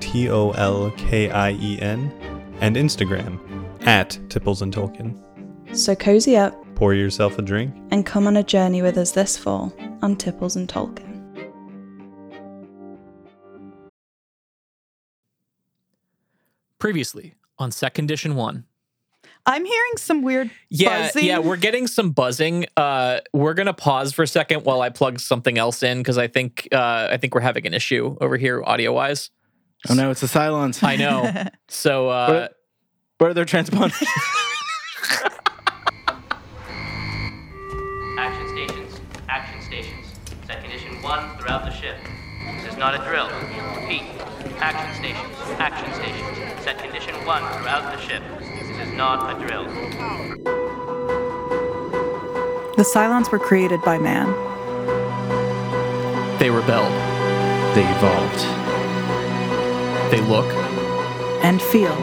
T O L K I E N. And Instagram, at Tipples and Tolkien. So cozy up Pour yourself a drink. and come on a journey with us this fall on Tipples and Tolkien. previously on second edition one. I'm hearing some weird Yeah, buzzing. yeah, we're getting some buzzing. Uh, we're gonna pause for a second while I plug something else in because I think uh, I think we're having an issue over here audio wise. Oh no, it's the Cylons. I know. so uh, What? Where are their transponders? Action stations. Action stations. Set condition one throughout the ship. This is not a drill. Repeat. Action stations. Action stations. Set condition one throughout the ship. This is not a drill. the Cylons were created by man. they rebelled. they evolved. They look. And feel.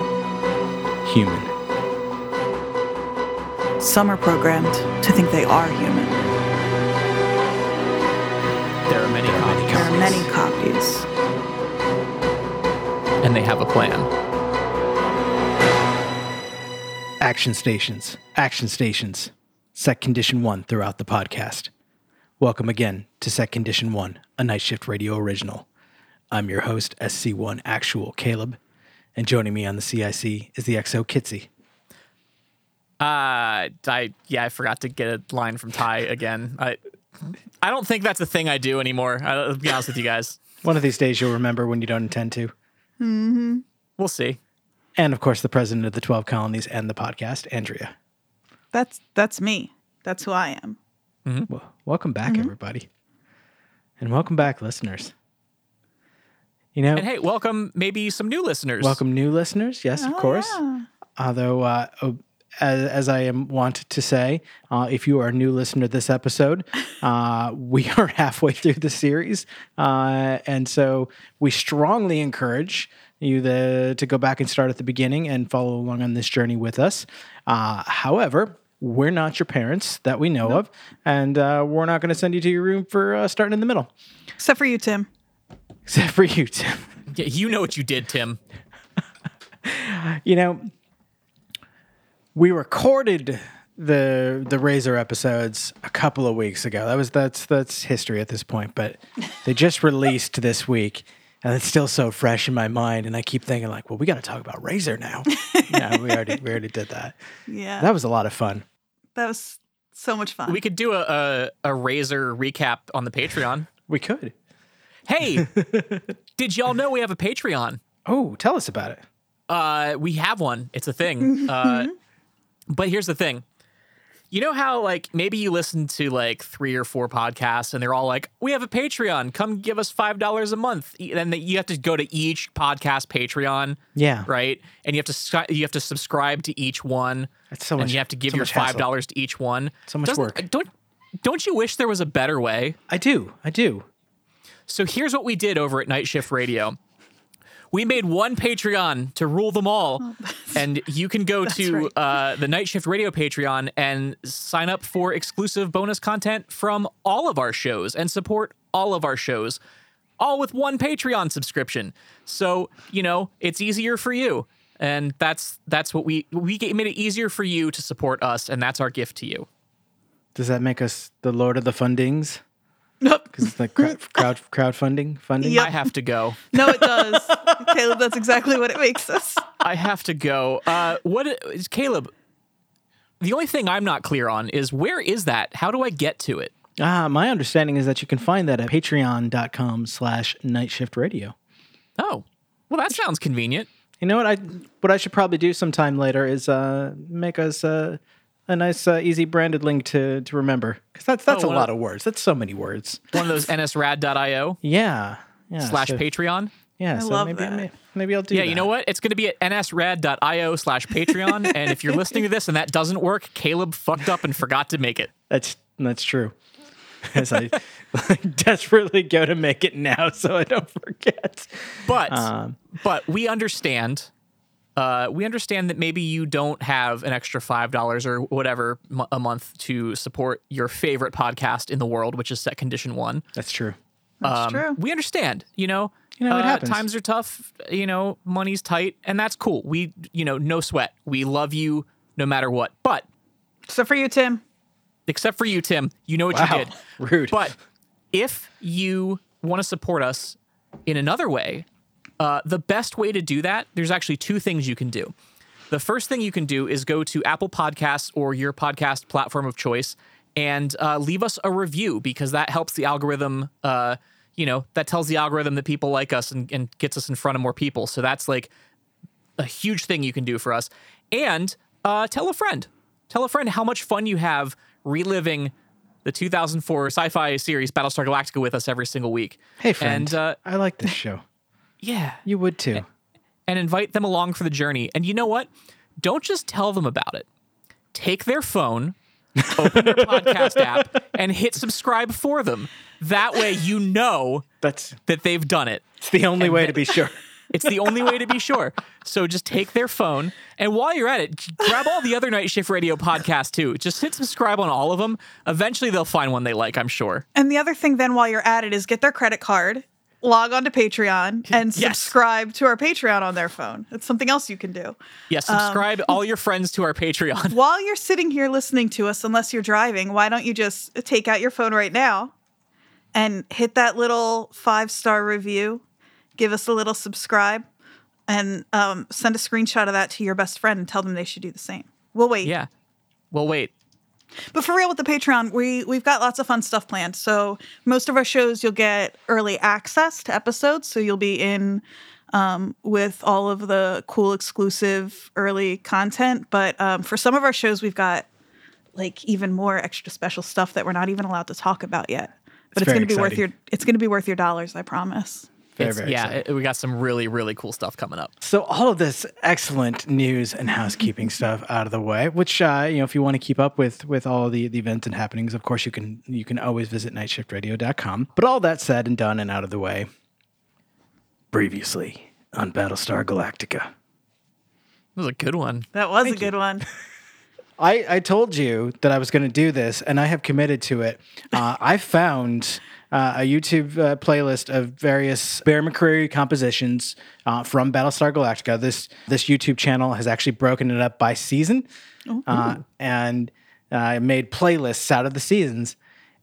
Human. Some are programmed to think they are human. There are many copies, There are many copies. and they have a plan. Action stations. Action stations. Set condition one throughout the podcast. Welcome again to Set Condition One, a night shift radio original. I'm your host, SC1 Actual Caleb, and joining me on the CIC is the XO Kitsy. Uh, I yeah, I forgot to get a line from Ty again. I I don't think that's a thing I do anymore. I, will be honest with you guys. One of these days you'll remember when you don't intend to. We'll see. And of course, the president of the 12 colonies and the podcast, Andrea. That's that's me. That's who I am. Well, welcome back, everybody. And welcome back, listeners. You know, And hey, welcome maybe some new listeners. welcome new listeners. Yes, of course. Although, uh, oh, as, as I am wont to say, uh, if you are a new listener to this episode, uh, we are halfway through the series. Uh, and so we strongly encourage you the, to go back and start at the beginning and follow along on this journey with us. Uh, however, we're not your parents that we know of, and uh, we're not going to send you to your room for uh, starting in the middle, Except for you, Tim. except for you, Tim. Yeah, you know what you did, Tim. you know, we recorded the the razor episodes a couple of weeks ago. That was that's that's history at this point, but they just released this week and it's still so fresh in my mind and I keep thinking like, well, we got to talk about razor now. no, we already we already did that. Yeah. That was a lot of fun. That was so much fun. We could do a, a a razor recap on the Patreon. We could. Hey, did y'all know we have a Patreon? Oh, tell us about it. Uh, we have one. It's a Mm-hmm. thing. Uh, but here's the thing. You know how like maybe you listen to like three or four podcasts and they're all like, "We have a Patreon. Come give us five dollars a month." E- And then you have to go to each podcast Patreon, Yeah. right? And you have to sci- you have to subscribe to each one. That's so and much- you have to give so your much hassle. five dollars to each one. So much Doesn't- uh, work. Don't don't you wish there was a better way? I do. I do. So here's what we did over at Night Shift Radio. We made one Patreon to rule them all. And you can go to uh, the Night Shift Radio Patreon and sign up for exclusive bonus content from all of our shows and support all of our shows, all with one Patreon subscription. So, you know, it's easier for you. And that's that's what we we get- made it easier for you to support us, and that's our gift to you. Does that make us the lord of the fundings? Nope. Cuz it's like crowd, crowd crowdfunding funding. Yep. I have to go. No, it does. Caleb, that's exactly what it makes us. I have to go. Uh, what is Caleb? The only thing I'm not clear on is where is that? How do I get to it? Ah, my understanding is that you can find that at patreon.com slash night shift radio. Oh, well, that sounds convenient. You know what I what I should probably do sometime later is uh make us uh, a nice uh, easy branded link to to remember because that's that's Oh, a well- lot of words. That's so many words. One of those nsrad.io Yeah. yeah slash so- Patreon. Yeah, I so love maybe, that. may- maybe I'll do. Yeah, you know that. what? It's going to be at nsrad.io slash Patreon. and if you're listening to this and that doesn't work, Caleb fucked up and forgot to make it. That's that's true. As I desperately go to make it now, so I don't forget. But Um, but we understand. Uh, we understand that maybe you don't have an extra five dollars or whatever mo- a month to support your favorite podcast in the world, which is Set Condition One. That's true. That's true. Um, we understand you know You know, it uh, happens. times are tough you know money's tight and that's cool we you know no sweat we love you no matter what but So for you, Tim. except for you tim you know what Wow. you did Rude. but if you want to support us in another way uh, the best way to do that there's actually two things you can do the first thing you can do is go to apple podcasts or your podcast platform of choice and uh, leave us a review because that helps the algorithm uh, you know that tells the algorithm that people like us and, and gets us in front of more people so that's like a huge thing you can do for us. And uh, tell a friend. Tell a friend how much fun you have reliving the 2004 sci-fi series Battlestar Galactica with us every single week. hey, friend, And uh, I like this show. yeah, You would too. and invite them along for the journey. And you know what? Don't just tell them about it. Take their phone, open your podcast app, and hit subscribe for them. That way, you know That's that they've done it. it's the only way to be sure. It's the only way to be sure. So just take their phone, and while you're at it, grab all the other Night Shift Radio podcasts too. Just hit subscribe on all of them. Eventually, they'll find one they like, I'm sure. And the other thing, then, while you're at it, is get their credit card, log on to Patreon, Yes. and subscribe to our Patreon on their phone. It's something else you can do. Yeah, subscribe all your friends to our Patreon. While you're sitting here listening to us, unless you're driving, why don't you just take out your phone right now and hit that little five star review? Give us a little subscribe and um, send a screenshot of that to your best friend and tell them they should do the same. We'll wait. Yeah. Well, wait. But for real with the Patreon, we we've got lots of fun stuff planned. So most of our shows you'll get early access to episodes, so you'll be in um, with all of the cool exclusive early content. But um, for some of our shows, we've got like even more extra special stuff that we're not even allowed to talk about yet. But it's, very going to be worth exciting. your it's going to be worth your dollars, I promise. Very, It's- very yeah, exciting. it- we got some really, really cool stuff coming up. So all of this excellent news and housekeeping Mm-hmm. stuff out of the way, which uh, you know, if you want to keep up with with all the, the events and happenings, of course you can you can always visit nightshiftradio.com. But all that said and done and out of the way, previously on Battlestar Galactica. It was a good one. That was a good one. I, I told you that I was going to do this, and I have committed to it. Uh, I found uh, a YouTube uh, playlist of various Bear McCreary compositions uh, from Battlestar Galactica. This this YouTube channel has actually broken it up by season, uh, and uh, made playlists out of the seasons.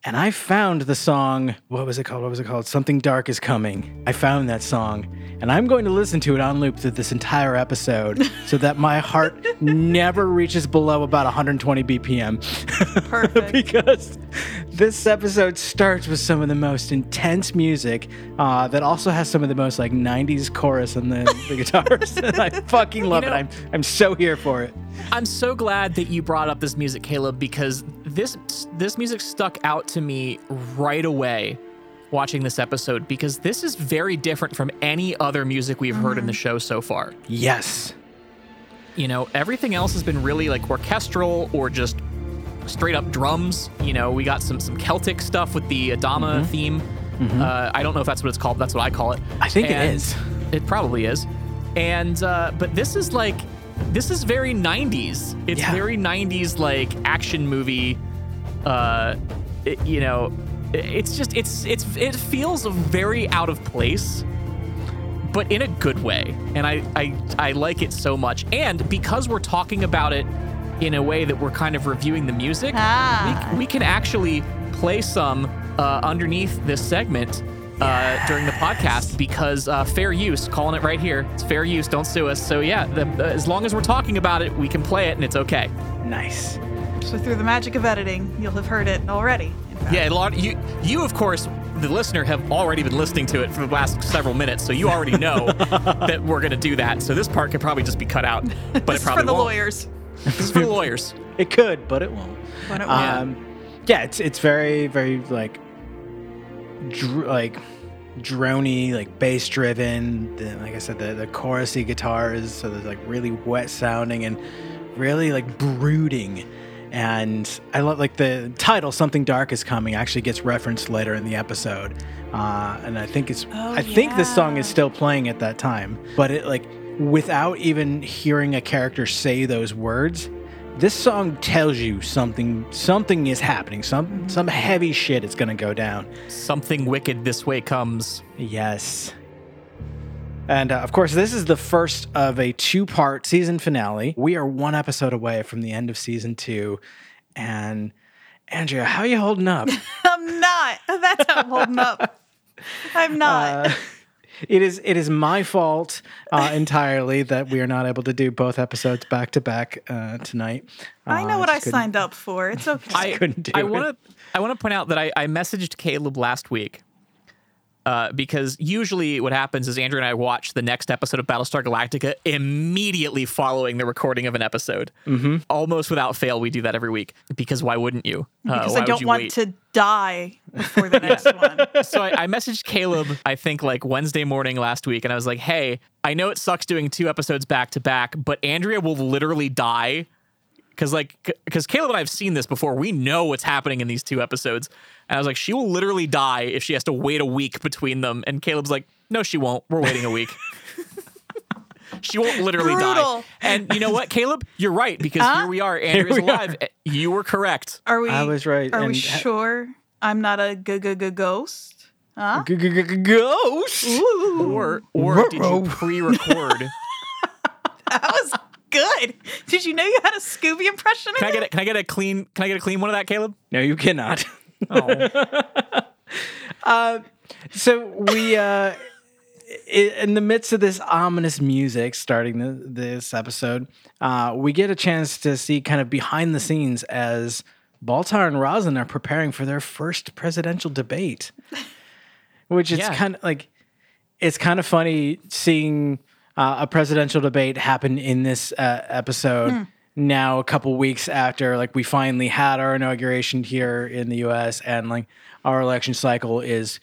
And I found the song. What was it called? What was it called? Something dark is coming. I found that song, and I'm going to listen to it on loop through this entire episode, so that my heart never reaches below about 120 BPM. Perfect. because this episode starts with some of the most intense music uh, that also has some of the most like 90s chorus on the, the guitars. and I fucking love know- it. I'm I'm so here for it. I'm so glad that you brought up this music, Caleb, because this this music stuck out to me right away watching this episode because this is very different from any other music we've heard in Mm-hmm. the show so far. Yes. You know, everything else has been really like orchestral or just straight up drums. You know, we got some some Celtic stuff with the Mm-hmm. Adama theme. Uh, I don't know if that's what it's called. That's what I call it. I think it And is. It probably is. And uh, but this is like this is very 90s. It's Yeah. very 90s like action movie. Uh, it- you know, it- it's just it's it's it feels very out of place but in a good way. And I, I I like it so much. And because we're talking about it in a way that we're kind of reviewing the music, we, we can actually play some uh, underneath this segment uh, during the podcast because uh, fair use, calling it right here. It's fair use. Don't sue us. So yeah, the, the- as long as we're talking about it, we can play it and it's okay. Nice. so through the magic of editing, you'll have heard it already. in fact. Yeah, a lot. You, you of course, the listener have already been listening to it for the last several minutes, so you already know that we're gonna do that. So this part could probably just be cut out, but This it is probably for the won't. lawyers. This is for the lawyers. It could, but it won't. Why don't we- Um, yeah, it's it's very very like dr- like drony, like bass driven. The- Like I said, the, the chorusy guitars, so there's like really wet sounding and really like brooding. And I love like the title "Something Dark is Coming" actually gets referenced later in the episode, uh, and I think it's I think this song is still playing at that time. But it like without even hearing a character say those words, this song tells you something something is happening. Some some heavy shit is gonna go down. Something wicked this way comes. Yes. And uh, of course, this is the first of a two part season finale. We are one episode away from the end of season two. And Andrea, how are you holding up? I'm not. That's how I'm holding up. I'm Uh, not. it is it is my fault uh, entirely that we are not able to do both episodes back to back uh, tonight. I know Uh, what I just couldn't- signed up for. It's okay. I couldn't do I it. want to. I want to point out that I, I messaged Caleb last week uh, because usually what happens is Andrew and I watch the next episode of Battlestar Galactica immediately following the recording of an episode. Mm-hmm. Almost without fail, we do that every week because why wouldn't you? Uh, because why I would don't you want wait? to die before the next one. so I, I messaged Caleb, I think like Wednesday morning last week, and I was like, hey, I know it sucks doing two episodes back to back, but Andrea will literally die. Cause like, c- cause Caleb and I have seen this before. We know what's happening in these two episodes. And I was like, she will literally die if she has to wait a week between them. And Caleb's like, no, she won't. We're waiting a week. she won't literally die. Brutal. And you know what, Caleb? You're right. Because here we are. Andrea's we are. alive. You were correct. Are we? I was right, Are we and- sure I'm not a g g g ghost? Huh? G- g- g- Ghost. Or, or did you Ruh-roh. pre-record? That was good. Did you know you had a Scooby impression? In Can I there? get a, can I get a clean can I get a clean one of that, Caleb? No, you cannot. Oh, So we, uh, i- in the midst of this ominous music starting the, this episode, uh, we get a chance to see kind of behind the scenes as Baltar and Rosin are preparing for their first presidential debate, which is Yeah. kind of like it's kind of funny seeing uh, a presidential debate happen in this uh, episode Hmm. now a couple weeks after like we finally had our inauguration here in the US and like our election cycle is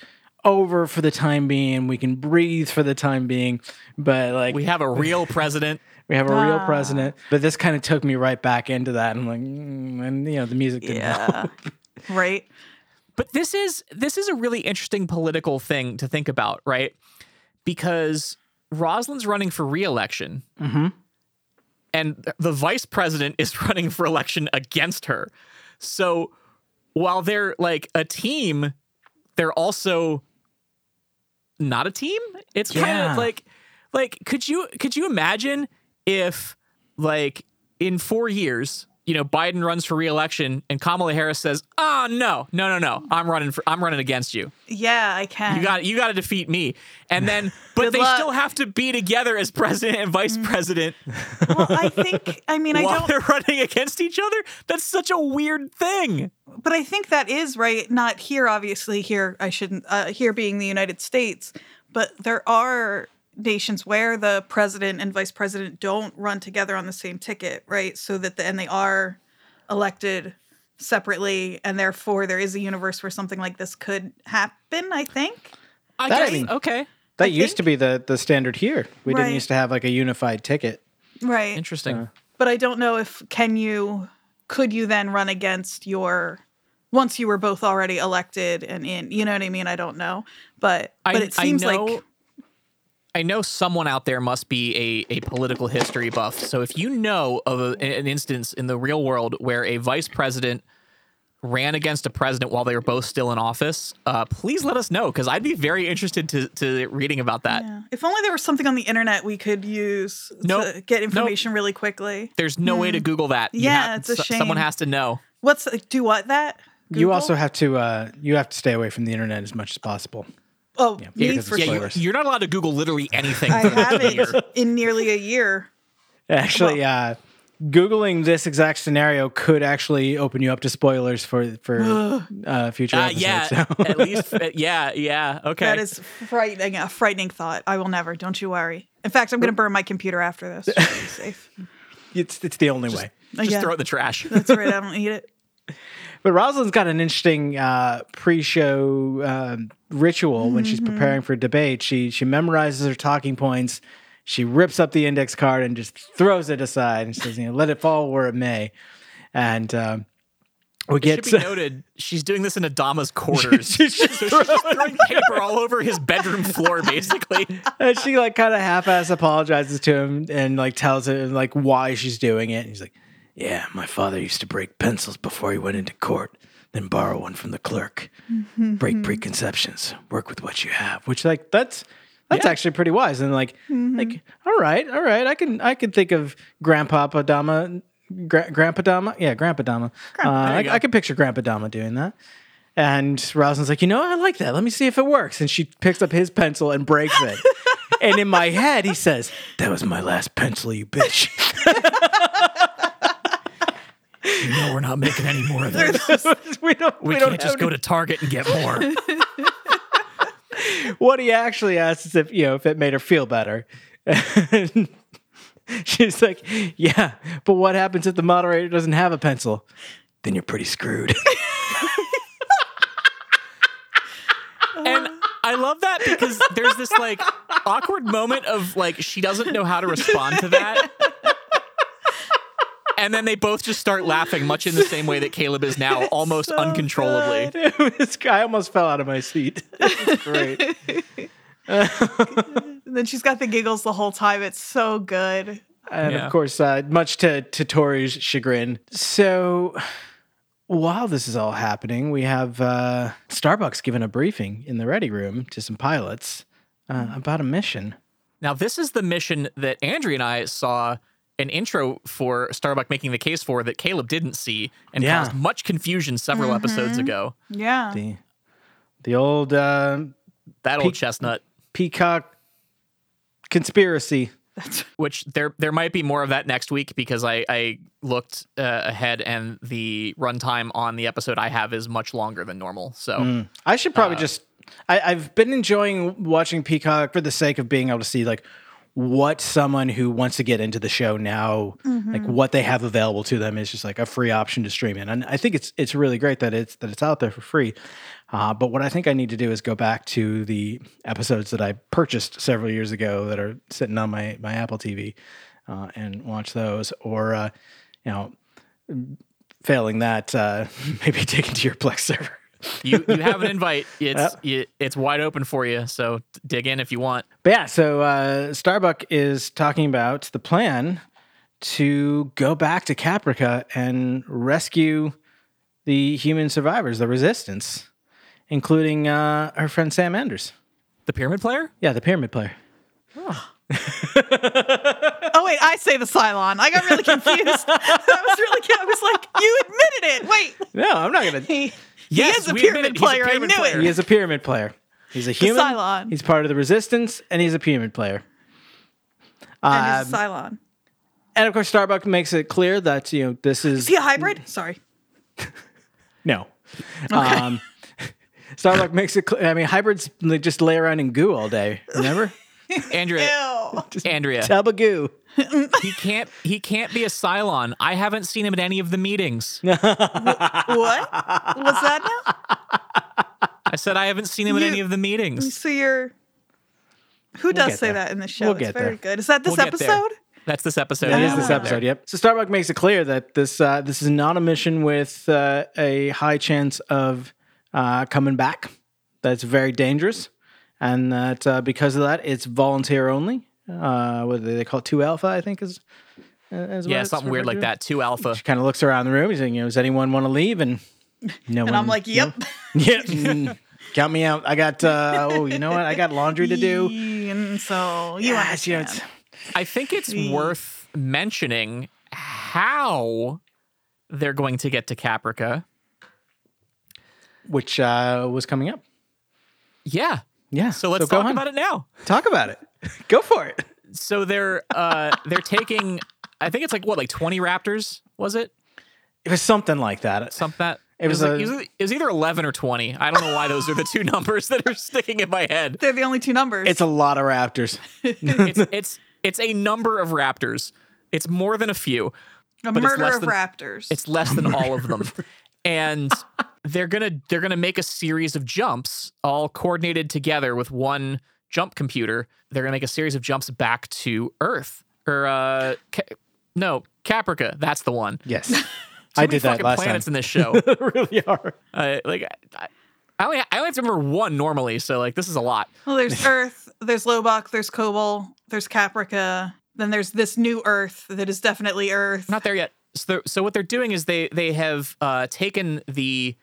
over for the time being we can breathe for the time being but like we we, have a real president. have a Ah. real president but this kind of took me right back into that and I'm like mm, and you know the music didn't help. Yeah. right. But this is this is a really interesting political thing to think about, right? Because Rosalind's running for re-election, and the vice president is running for election against her. So while they're like a team, they're also not a team. It's kind Yeah. of like like could you could you imagine if like in 4 years, you know, Biden runs for re-election and Kamala Harris says, "Oh no. No, no, no. I'm running for I'm running against you. Yeah, I can. You got you got to defeat me." And then but Good they luck. still have to be together as president and vice president Well, I think. I mean, I while don't. they're running against each other. That's such a weird thing. But I think that is right. Not here, obviously. Here, I shouldn't. Uh, here being the United States, but there are nations where the president and vice president don't run together on the same ticket, right? So that the, and they are elected separately, and therefore there is a universe where something like this could happen. I think. I That guess ain't- okay. that I used think- to be the the standard here we Right. didn't used to have like a unified ticket Right. Interesting. But I don't know if can you could you then run against your once you were both already elected and in you know what I mean? I don't know. But but it seems like I know someone out there must be a, a political history buff. So if you know of a, an instance in the real world where a vice president ran against a president while they were both still in office, uh, please let us know because I'd be very interested to, to reading about that. yeah. if only there was something on the internet we could use to Nope. get information really quickly. There's no way to Google that. You Hmm. Yeah, have- it's a s- Someone shame. has to know. What's do what that? you Google? also have to uh, you have to stay away from the internet as much as possible oh me because for Yeah, it's sure. you, Spoilers. you're not allowed to Google literally anything. I haven't in nearly a year. Actually, uh, googling this exact scenario could actually open you up to spoilers for for uh, future Uh, episodes. yeah, so. at least. uh, yeah, yeah. Okay. That is frightening, a frightening thought. I will never. Don't you worry. In fact, I'm going to burn my computer after this. Just to be safe. it's it's the only way. Just uh, Yeah. throw it in the trash. That's right. I don't eat it. But Rosalind's got an interesting uh, pre-show um, ritual when she's preparing for debate. She she memorizes her talking points. She rips up the index card and just throws it aside and says, "You know, let it fall where it may." And um, we It get should be noted, uh, she's doing this in Adama's quarters. She's just so she's throwing paper all over his bedroom floor, basically. and she like kind of half-ass apologizes to him and like tells him like why she's doing it. And he's like, "Yeah, my father used to break pencils before he went into court, then borrow one from the clerk. Mm-hmm, break preconceptions, work with what you have." Which like that's that's actually pretty wise. And like Mm-hmm. like all right, all right, I can I can think of Grandpa Adama, Gra- Grandpa Dama, yeah, Grandpa Dama. Uh, There you I, go. I can picture Grandpa Dama doing that. And Rosalind's like, you know, I like that. Let me see if it works. And she picks up his pencil and breaks it. and in my head, he says, That was my last pencil, you bitch. No, we're not making any more of this. we don't, we We, don't can't just go to Target and get more. what he actually asks is if, you know, if it made her feel better. And she's like, Yeah, but what happens if the moderator doesn't have a pencil? Then you're pretty screwed. And I love that because there's this like awkward moment of like she doesn't know how to respond to that. And then they both just start laughing, much in the same way that Caleb is now, almost uncontrollably. It was- I almost fell out of my seat. It was great. And then she's got the giggles the whole time. It's so good. and Yeah. of course, uh, much to, to Tori's chagrin. So while this is all happening, we have uh, Starbucks giving a briefing in the ready room to some pilots uh, about a mission. Now, this is the mission that Andrea and I saw an intro for Starbuck making the case for that Caleb didn't see and Yeah. caused much confusion several episodes ago. Yeah. The the old uh, That old chestnut. peacock conspiracy. Which there there might be more of that next week because I I looked uh, ahead and the runtime on the episode I have is much longer than normal. So Hmm. I should probably just. I, I've been enjoying watching Peacock for the sake of being able to see like what someone who wants to get into the show now, like what they have available to them is just like a free option to stream in, and I think it's it's really great that it's that it's out there for free. Uh, but what I think I need to do is go back to the episodes that I purchased several years ago that are sitting on my my Apple TV uh, and watch those, or uh, you know, failing that, uh, maybe take it to your Plex server. you you have an invite. It's y- it's wide open for you. So d- dig in if you want. But yeah, so uh, Starbuck is talking about the plan to go back to Caprica and rescue the human survivors, the resistance, including uh, her friend Sam Anders. The pyramid player. Yeah, the pyramid player. Oh wait, I say the Cylon. I got really confused. that was really. I was like, you admitted it. Wait. No, I'm not gonna. He, Yes, he is a we pyramid admitted he's a player. pyramid I knew player. He it. is a pyramid player. He's a human. Cylon. He's part of the resistance, and he's a pyramid player. And Um, he's a Cylon. and of course, Starbuck makes it clear that you know this is Is he a hybrid? Mm. Sorry. No. Um, Starbuck makes it clear. I mean, hybrids like, just lay around in goo all day. Remember? Andrea, Ew. Andrea, Tub goo. he can't he can't be a Cylon. I haven't seen him at any of the meetings. what? What's that now? I said I haven't seen him at You- any of the meetings. So you're. Who does get say there. that in the show? We'll it's get very there. good. Is that this We'll get there. episode? That's this episode. That is Yeah, this we're episode. there. Yep. So Starbuck makes it clear that this uh, this is not a mission with uh, a high chance of uh, coming back. That's very dangerous, and that uh, because of that, it's volunteer only. Uh, what do they call it? two alpha? I think is. uh, is Yeah, something weird like that. Two alpha. Kind of looks around the room. He's like, you know, does anyone want to leave? And no one. And I'm like, yep. Yeah. Mm. Count me out. I got uh oh, you know what? I got laundry to do. And so you Yeah, it's, you know, understand. it's- I think it's worth mentioning how they're going to get to Caprica. which uh was coming up. Yeah. Yeah. So let's go talk on. about it now. Talk about it. go for it. So they're uh they're taking I think it's like what like 20 raptors was it? It was something like that. Something that It was like, a- it was- it was either 11 or 20. I don't know why those are the two numbers that are sticking in my head. They're the only two numbers. It's a lot of raptors. It's it's it's a number of raptors. It's more than a few. a but it's murder less of than- raptors. It's less than all of them. and they're gonna they're gonna make a series of jumps all coordinated together with one jump computer they're gonna make a series of jumps back to earth or uh Ca- no caprica that's the one Yes. Too I many did that fucking last planets time. in this show really are. uh, like I, I only i only have to remember one normally so like this is a lot Well, there's Earth, there's Lobok, there's Kobol, there's Caprica, then there's this new Earth that is definitely Earth. not there yet. So, they're- so what they're doing is they they have uh, taken the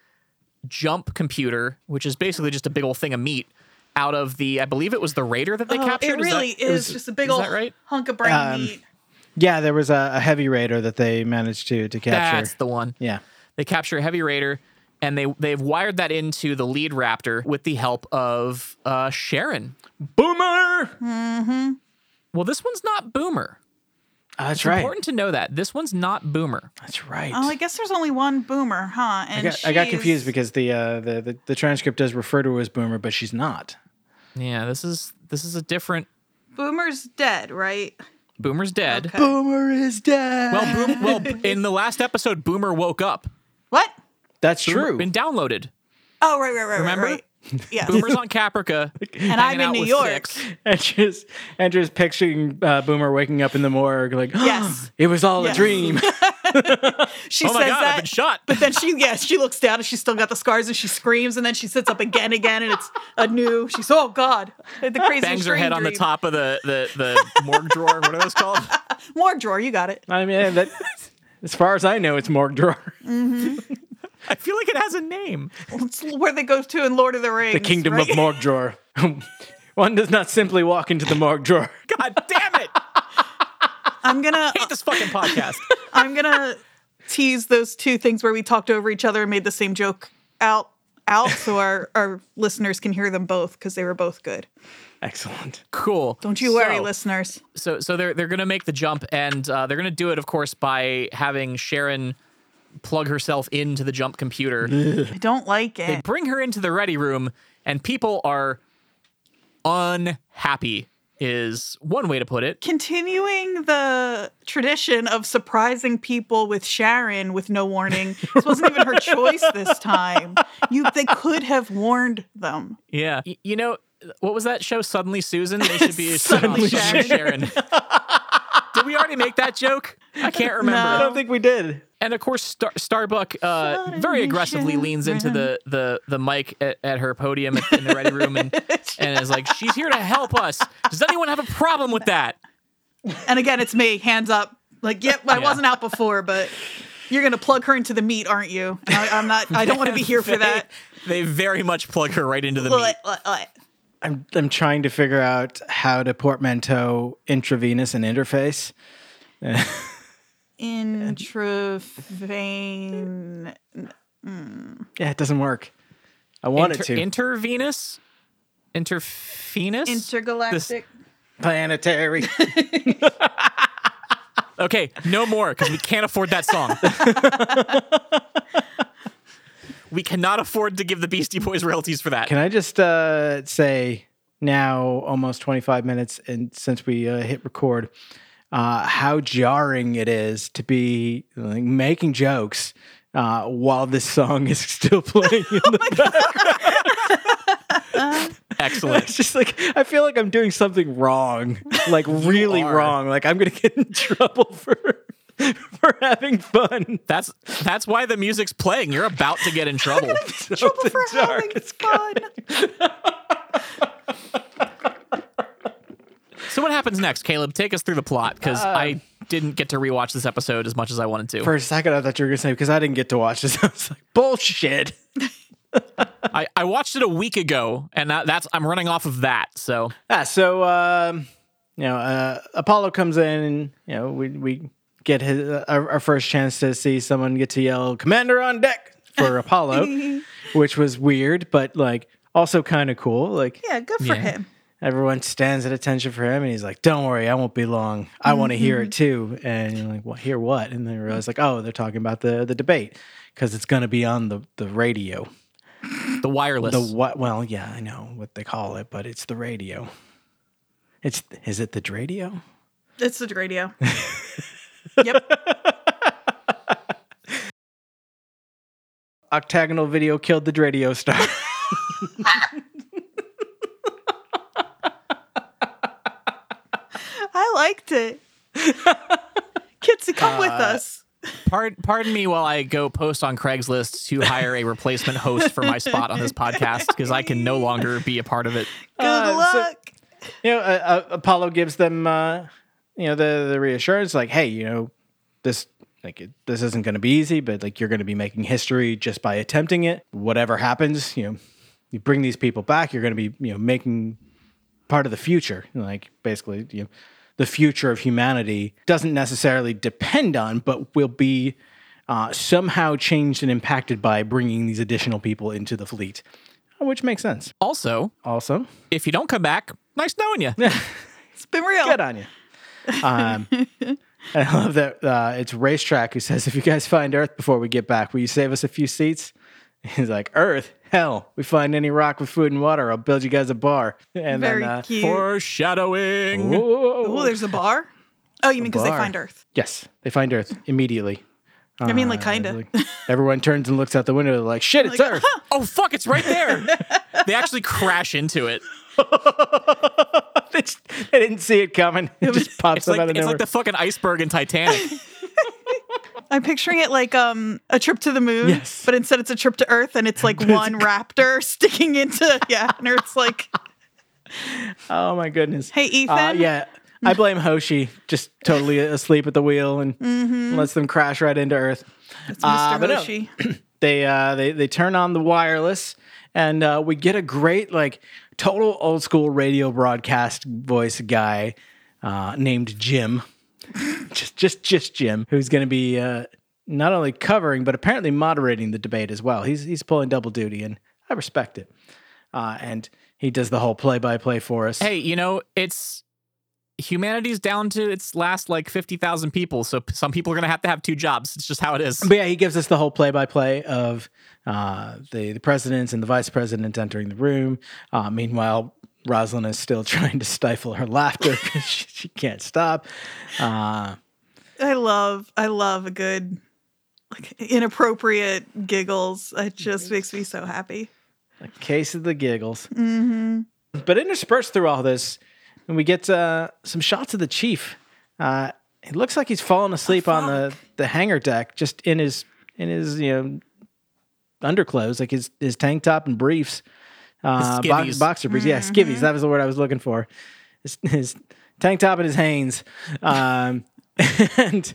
jump computer, which is basically just a big old thing of meat, out of the I believe it was the radar that they Oh, captured. it Is that- really is was- just a big is old that right? hunk of brain Um, meat. Yeah, there was a, a heavy raider that they managed to to capture. that's the one. yeah. They capture a heavy raider, and they they've wired that into the lead raptor with the help of uh, Sharon. Boomer. Well, this one's not Boomer. that's It's right. important to know that this one's not Boomer. That's right. Oh, I guess there's only one boomer, huh? I And got, I got she's- confused because the, uh, the the the transcript does refer to her as Boomer, but she's not. Yeah, this is this is a different. Boomer's dead, right? Boomer's dead. Okay. Boomer is dead. Well, boom, well, in the last episode, Boomer woke up. What? that's Boomer- true. Been downloaded. Oh, right, right, right, Remember? right. right. Yeah. Boomer's on Caprica, And I'm hanging in out New with York. Six. and just and just picturing uh, Boomer waking up in the morgue, like, Yes. it was all Yes. a dream. She Oh says my god, I've that. been shot. But then she, yeah, she looks down and she's still got the scars and she screams and then she sits up again, again, and it's a new. She's oh god, the crazy. Bangs her head on the top of the the, the morgue drawer. What are those called? More drawer, you got it. I mean, eh, that, as far as I know, it's morgue drawer, I feel like it has a name. It's where they go to in Lord of the Rings. the kingdom right? of morgue drawer. One does not simply walk into the morgue drawer. God damn it! I'm gonna, Hate this fucking podcast. I'm gonna tease those two things where we talked over each other and made the same joke out, out, so our our listeners can hear them both because they were both good. Excellent. Cool. Don't you worry, So- listeners. So so they're they're gonna make the jump, and uh, they're gonna do it, of course, by having Sharon plug herself into the jump computer. I don't like it. They bring her into the ready room, and people are unhappy. Is one way to put it. continuing the tradition of surprising people with Sharon with no warning. This wasn't even her choice this time. You they could have warned them. Yeah. Y- you know, what was that show? Suddenly Susan? They should be Suddenly Suddenly Sharon. Did we already make that joke? I can't remember. I No. don't think we did. And of course, Star- Starbuck uh, very aggressively leans into the the the mic at, at her podium at- in the ready room and, and is like, "She's here to help us." Does anyone have a problem with that? And again, it's me, hands up. Like, yep, I Yeah. wasn't out before, but you're gonna plug her into the meat, aren't you? And I, I'm not. I don't want to be here for that. uh, They very much plug her right into the Blah, meat. blah, blah. I'm I'm trying to figure out how to portmanteau intravenous and interface. Intravane. Yeah, it doesn't work. I wanted Inter- to. Intervenus, intervenus, Intergalactic. Planetary. Okay, no more because we can't afford that song. we cannot afford to give the Beastie Boys royalties for that. Can I just uh, say now, almost 25 minutes and since we uh, hit record, uh, how jarring it is to be like, making jokes uh, while this song is still playing. in Oh the Excellent. it's just like I feel like I'm doing something wrong, like really are. wrong. Like I'm gonna get in trouble for for having fun. That's that's why the music's playing. You're about to get in trouble. Trouble for Something dark having is fun. So what happens next, Caleb? Take us through the plot because I didn't get to rewatch this episode as much as I wanted to. For a second, I thought you were gonna say because I didn't get to watch this. I was like, bullshit. I, I watched it a week ago, and that, that's I'm running off of that. So Ah, so um, you know, uh, Apollo comes in, and you know, we we get his uh, our, our first chance to see someone get to yell "Commander on deck" for Apollo, which was weird, but like also kind of cool. Like Yeah, good for Yeah. him. everyone stands at attention for him, and he's like, "Don't worry, I won't be long. I want to hear it too." And you're like, "Well, hear what?" And then you realize like, "Oh, they're talking about the the debate because it's going to be on the the radio." the wireless. The what? Well, yeah, I know what they call it, but it's the radio. It's is it the radio? It's the radio. yep. Octagonal Video killed the Dradio Star. I liked it. Kitsy, come with Uh, us. Pard- pardon me while I go post on Craigslist to hire a replacement host for my spot on this podcast because I can no longer be a part of it. Good uh, so- luck. you know, uh, uh, Apollo gives them, uh, you know, the, the reassurance, like, hey, you know, this like it, this isn't going to be easy, but like you're going to be making history just by attempting it. Whatever happens, you know, you bring these people back, you're going to be, you know, making part of the future. And, Like basically, you know, the future of humanity doesn't necessarily depend on, but will be. Uh, somehow changed and impacted by bringing these additional people into the fleet, which makes sense. Also, Also, if you don't come back, nice knowing you. It's been real. Good on you. Um, and I love that uh, it's Racetrack who says, if you guys find Earth before we get back, will you save us a few seats? He's like, Earth? Hell, we find any rock with food and water, I'll build you guys a bar. And Very then, uh, cute. Foreshadowing. Oh, whoa. there's a bar. Oh, you mean because they bar. find Earth? yes, they find Earth immediately. I mean, like Uh, kind of. like, everyone turns and looks out the window. They're like, shit, it's Earth. Oh fuck, it's right there. they actually crash into it. they, just- they didn't see it coming. It just pops It's up like, out of it's nowhere. like the fucking iceberg in Titanic. I'm picturing it like um a trip to the moon, Yes. but instead it's a trip to Earth, and it's like one raptor sticking into yeah, and Earth's like, oh, my goodness. hey Uh, Ethan, yeah, I blame Hoshi. Just totally asleep at the wheel and lets them crash right into Earth. it's Mr. uh, but no. Hoshi. They uh, they they turn on the wireless, and uh, we get a great like total old school radio broadcast voice guy uh, named Jim. just just just Jim, who's going to be uh, not only covering but apparently moderating the debate as well. He's he's pulling double duty, and I respect it. Uh, and he does the whole play by play for us. hey, you know, it's humanity's down to its last like 50,000 people. So p- some people are going to have to have two jobs. It's just how it is. But yeah, he gives us the whole play-by-play of uh, the the presidents and the vice president entering the room. Uh, meanwhile, Rosalind is still trying to stifle her laughter because she, she can't stop. Uh, I love, I love a good, like inappropriate giggles. It just makes me so happy. a case of the giggles. Mm-hmm. But interspersed through all this, and we get uh, some shots of the chief. Uh, it looks like he's fallen asleep on the the hangar deck, just in his in his you know underclothes, like his his tank top and briefs. uh, box, skivvies. boxer briefs. Yeah, skivvies. That was the word I was looking for. His, his tank top and his Hanes. Um, and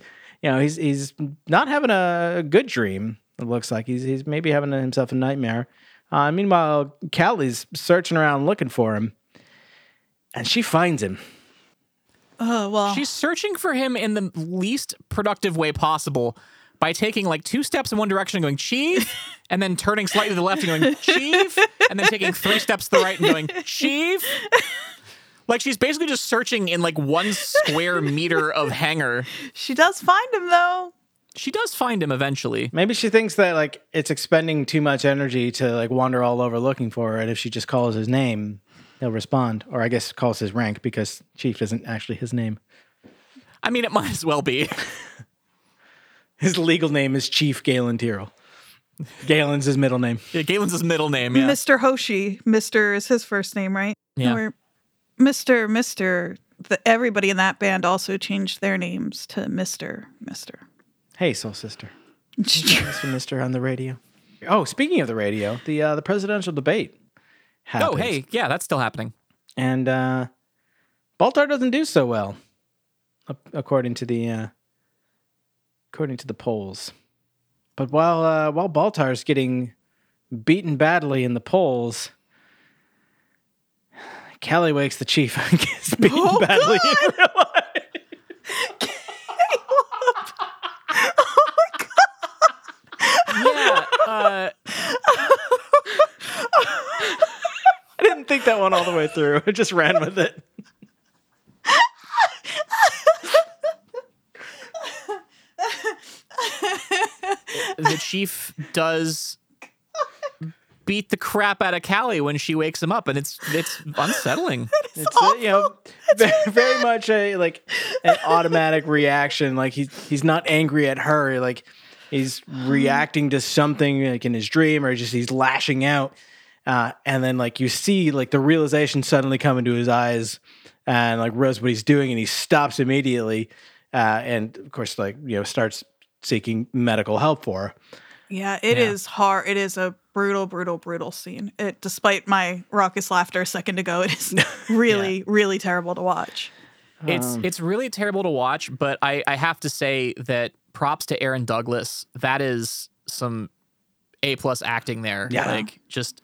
you know he's he's not having a good dream. It looks like he's he's maybe having himself a nightmare. Uh, meanwhile, Callie's searching around looking for him, and she finds him. Oh well, She's searching for him in the least productive way possible by taking like two steps in one direction and going, Chief, and then turning slightly to the left and going, Chief, and then taking three steps to the right and going, Chief. Like she's basically just searching in like one square meter of hangar. she does find him though. She does find him eventually. Maybe she thinks that like it's expending too much energy to like wander all over looking for her, and if she just calls his name, he'll respond. Or I guess calls his rank because Chief isn't actually his name. I mean, it might as well be. His legal name is Chief Galen Tyrrell. Galen's his middle name. Yeah, Galen's his middle name. Yeah. Mr. Hoshi, Mr. is his first name, right? Yeah. Or Mr. Mr. The, everybody in that band also changed their names to Mr. Mr. Hey, soul sister. Mr. Mister on the radio. Oh, speaking of the radio, the uh, the presidential debate happens. Oh, hey, yeah, that's still happening. And uh, Baltar doesn't do so well, ap- according to the uh, according to the polls. But while uh, while Baltar's getting beaten badly in the polls, Kelly wakes the chief and gets beaten badly in real life. Yeah. Uh, I didn't think that one all the way through. I just ran with it. the chief does beat the crap out of Callie when she wakes him up, and it's it's unsettling. It's uh, you know very, very much a like an automatic reaction. Like he's he's not angry at her. Like he's reacting to something like in his dream, or just he's lashing out. Uh, and then like you see like the realization suddenly come into his eyes, and like realize what he's doing, and he stops immediately, uh, and of course like you know starts seeking medical help for. Her. Yeah, it is hard. It is a brutal, brutal, brutal scene. It, despite my raucous laughter a second ago, it is really, really terrible to watch. It's it's really terrible to watch, but I I have to say that props to Aaron Douglas. That is some A plus acting there. Yeah. Like just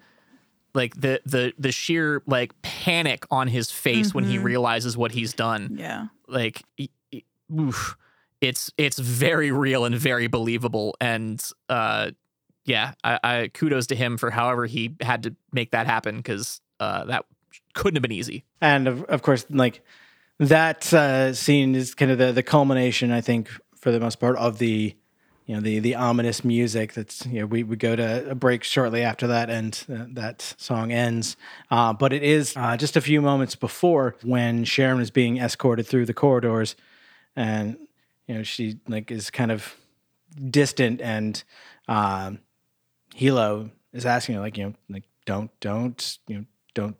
like the the the sheer like panic on his face when he realizes what he's done. Yeah. Like e- e- oof. it's it's very real and very believable and uh yeah, I, I kudos to him for however he had to make that happen cuz uh that couldn't have been easy. and of, of course like that uh, scene is kind of the, the culmination i think for the most part of the you know the the ominous music that's you know we, we go to a break shortly after that and uh, that song ends uh, but it is uh, just a few moments before when sharon is being escorted through the corridors and you know she like is kind of distant and um hilo is asking her like you know like don't don't you know don't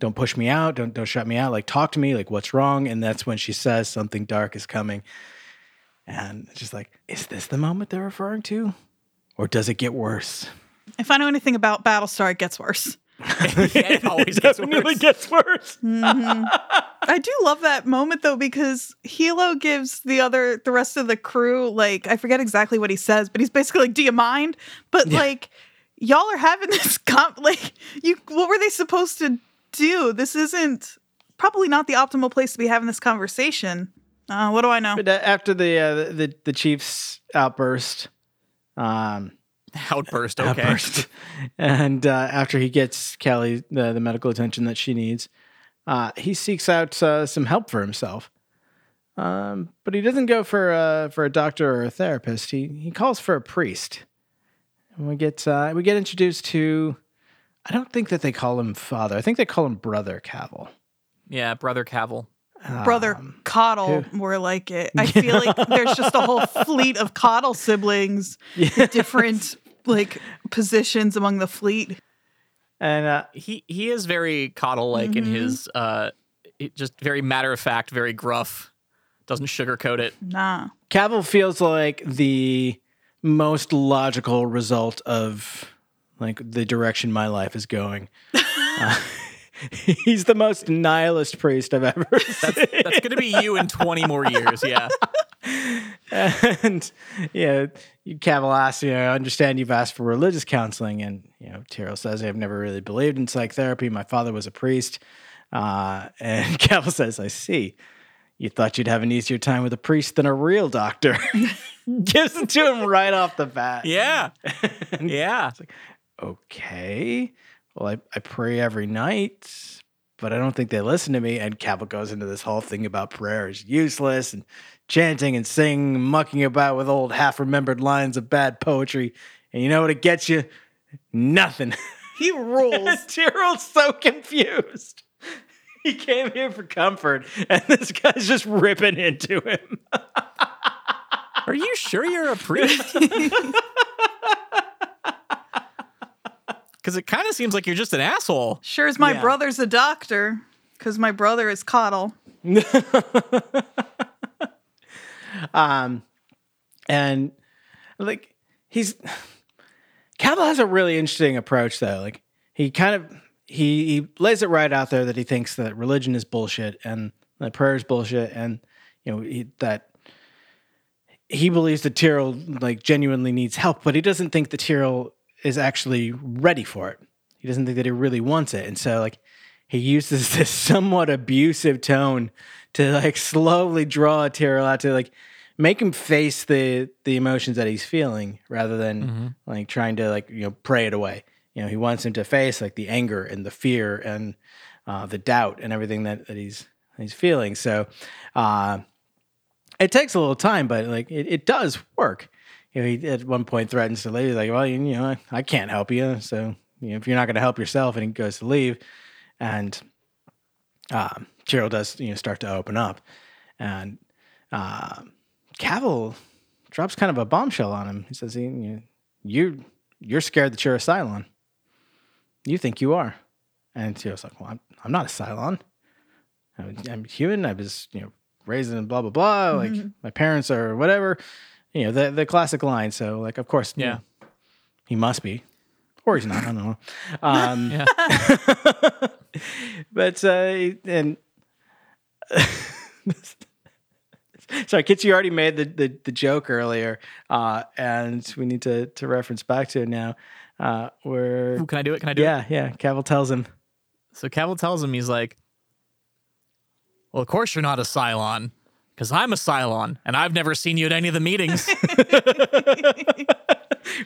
don't push me out don't don't shut me out like talk to me like what's wrong and that's when she says something dark is coming and it's just like is this the moment they're referring to or does it get worse If I know anything about Battlestar, it gets worse. yeah, it always gets worse. gets worse I do love that moment though because Hilo gives the other the rest of the crew like I forget exactly what he says, but he's basically like, "Do you mind?" But like y'all are having this comp like you what were they supposed to do? This isn't probably not the optimal place to be having this conversation. Uh, what do I know? but uh, after the, uh, the the chief's outburst um outburst. Okay. outburst. And uh, after he gets Kelly the, the medical attention that she needs, uh, he seeks out uh, some help for himself. Um, but he doesn't go for a, for a doctor or a therapist. He he calls for a priest. And we get uh, we get introduced to. I don't think that they call him father. I think they call him brother Cavill. Yeah, brother Cavill. Brother Coddle, more like it. I feel like there's just a whole fleet of Coddle siblings, with different like positions among the fleet. And uh, He he is very coddle like in Mm-hmm. his uh it- just very matter of fact, very gruff. Doesn't sugarcoat it. Nah. Cavill feels like the most logical result of like the direction my life is going. Uh, he's the most nihilist priest I've ever seen. That's gonna be you in 20 more years. Yeah. and yeah, Cavill asks, you know, I understand you've asked for religious counseling, and you know, Tyrell says, I've never really believed in psychotherapy. My father was a priest. Uh, and Cavill says, I see. You thought you'd have an easier time with a priest than a real doctor. Gives it to him right off the bat. Yeah. Yeah. okay, well, I, I pray every night, but I don't think they listen to me. And Cavill goes into this whole thing about prayer is useless and chanting and singing, mucking about with old half remembered lines of bad poetry. And you know what it gets you? Nothing. He rules. Tyrell's so confused. He came here for comfort, and this guy's just ripping into him. Are you sure you're a priest? Cause it kind of seems like you're just an asshole. Sure as my Yeah. brother's a doctor, because my brother is Coddle. and like he's Cavill has a really interesting approach though. Like he kind of he, he lays it right out there that he thinks that religion is bullshit and that prayer is bullshit and you know he, that he believes that Tyrell like genuinely needs help, but he doesn't think that Tyrell is actually ready for it. He doesn't think that he really wants it, and so like he uses this somewhat abusive tone to like slowly draw Tyrell out to like make him face the the emotions that he's feeling rather than like trying to like you know pray it away. You know, he wants him to face like the anger and the fear and uh, the doubt and everything that, that he's he's feeling. So uh, it takes a little time, but like it, it does work. You know, he at one point threatens to leave, like, well, you, you know, I, I can't help you. So you know, if you're not going to help yourself, and he goes to leave, and um, Cheryl does you know start to open up, and um Cavill drops kind of a bombshell on him. He says, "You, you you're scared that you're a Cylon. You think you are." And Tyr's like, "Well, I'm, I'm not a Cylon. I'm, I'm human. I was, you know, raised in blah blah blah. Like my parents or whatever. You know, the the classic line. So, like, of course, you Yeah. know, he must be, or he's not. I don't know. Um, Yeah. but uh, and sorry, Kitsu already made the, the, the joke earlier, uh, and we need to to reference back to it now. Uh, where Ooh, can I do it? Can I do it? yeah, yeah, Cavill tells him, So Cavill tells him, he's like, Well, of course you're not a Cylon, because I'm a Cylon, and I've never seen you at any of the meetings.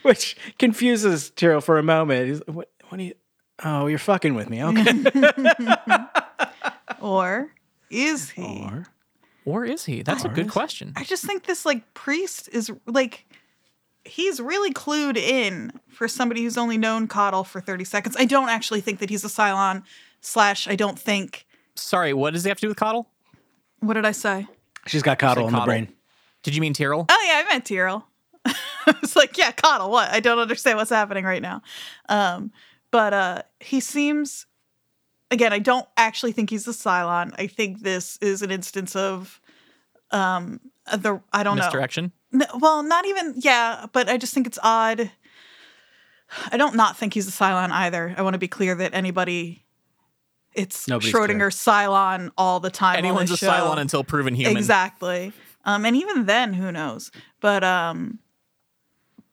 which confuses Tyrell for a moment. He's like, what? What are you? Oh, you're fucking with me. Okay. Or is he? Or- or is he? That's a good question. I just think this like priest is like he's really clued in for somebody who's only known Coddle for 30 seconds. I don't actually think that he's a Cylon slash I don't think Sorry, what does he have to do with Coddle? what did I say? She's got coddle on the Coddle. brain. Did you mean Tyrell? Oh yeah, I meant Tyrell. I was like, yeah, Coddle, what? I don't understand what's happening right now. Um, but uh he seems again, I don't actually think he's a Cylon. I think this is an instance of um the I don't know. Misdirection? No, well, not even yeah, but I just think it's odd. I don't not think he's a Cylon either. I want to be clear that anody, it's Nobody's clear. Schrodinger Cylon all the time. on Anyone's a this show. Cylon until proven human. Exactly. Um, and even then, who knows? But um,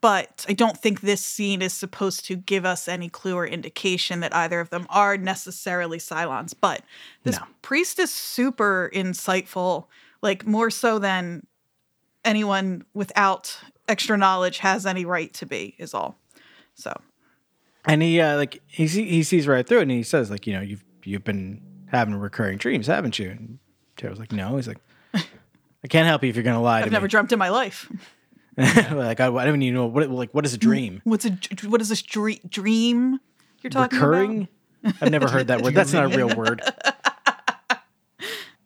but I don't think this scene is supposed to give us any clue or indication that either of them are necessarily Cylons. But this No. priest is super insightful, like more so than anyone without extra knowledge has any right to be. Is all. So and he uh, like he see, he sees right through it, and he says like you know you've you've been having recurring dreams, haven't you? And Tara's like no. He's like I can't help you if you're gonna lie to I've me. never dreamt in my life. like I, I don't even know what like what is a dream What's a what is this dre- dream you're talking about? recurring. I've never heard that word. That's not a real word.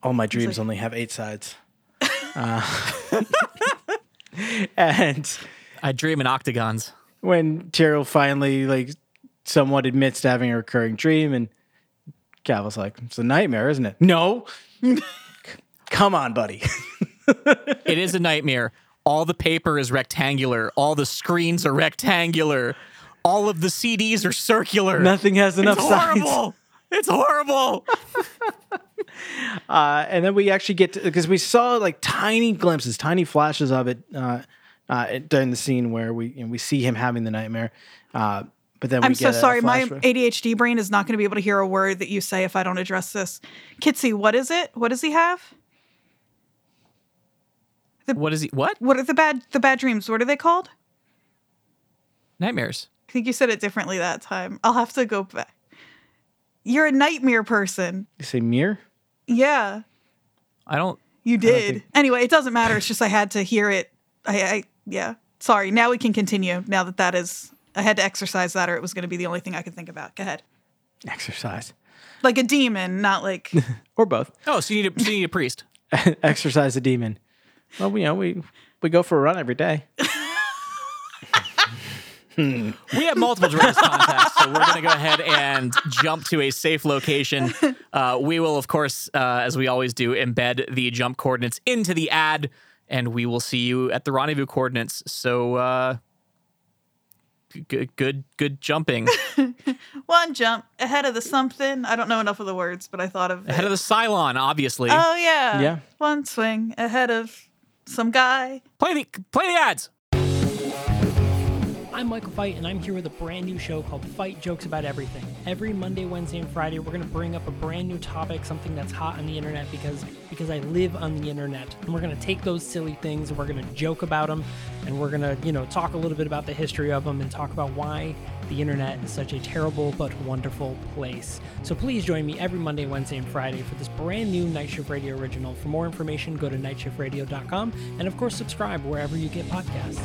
All my dreams only have eight sides. Uh, and I dream in octagons. when Tyrell finally like somewhat admits to having a recurring dream and Cavill's like, it's a nightmare, isn't it? No. Come on, buddy. it is a nightmare. All the paper is rectangular. All the screens are rectangular. All of the CDs are circular. Nothing has enough it's sides. horrible. It's horrible. Uh, and then we actually get because we saw like tiny glimpses, tiny flashes of it uh, uh, during the scene where we you know, we see him having the nightmare. Uh, but then we I'm get so a- a sorry. My flashback. ADHD brain is not going to be able to hear a word that you say if I don't address this. Kitsy, what is it? What does he have? What is he? What? What are the bad the bad dreams? What are they called? Nightmares. I think you said it differently that time. I'll have to go back. You're a nightmare person. you say mirror. Yeah, I don't. you did. think- Anyway, it doesn't matter. It's just I had to hear it. I, I yeah. Sorry. Now we can continue. Now that that is, I had to exercise that, or it was going to be the only thing I could think about. Go ahead. Exercise Like a demon, not like or both. Oh, so you need a, so you need a priest. Exercise a demon. Well, you know we we go for a run every day. We have multiple dreams contests, so we're going to go ahead and jump to a safe location. Uh, we will, of course, uh, as we always do, embed the jump coordinates into the ad, and we will see you at the rendezvous coordinates. So, uh, good, good, good jumping one jump ahead of the something. I don't know enough of the words, but I thought of ahead it. of the Cylon, obviously. Oh yeah. Yeah. One swing ahead of some guy. play the play the ads. I'm Michael Fight, and I'm here with a brand new show called Fight Jokes About Everything. Every Monday, Wednesday, and Friday, we're going to bring up a brand new topic, something that's hot on the internet because because I live on the internet, and we're going to take those silly things and we're going to joke about them, and we're going to you know talk a little bit about the history of them and talk about why the internet is such a terrible but wonderful place. So please join me every Monday, Wednesday, and Friday for this brand new Night Shift Radio original. For more information, go to nightshiftradio.com, and of course, subscribe wherever you get podcasts.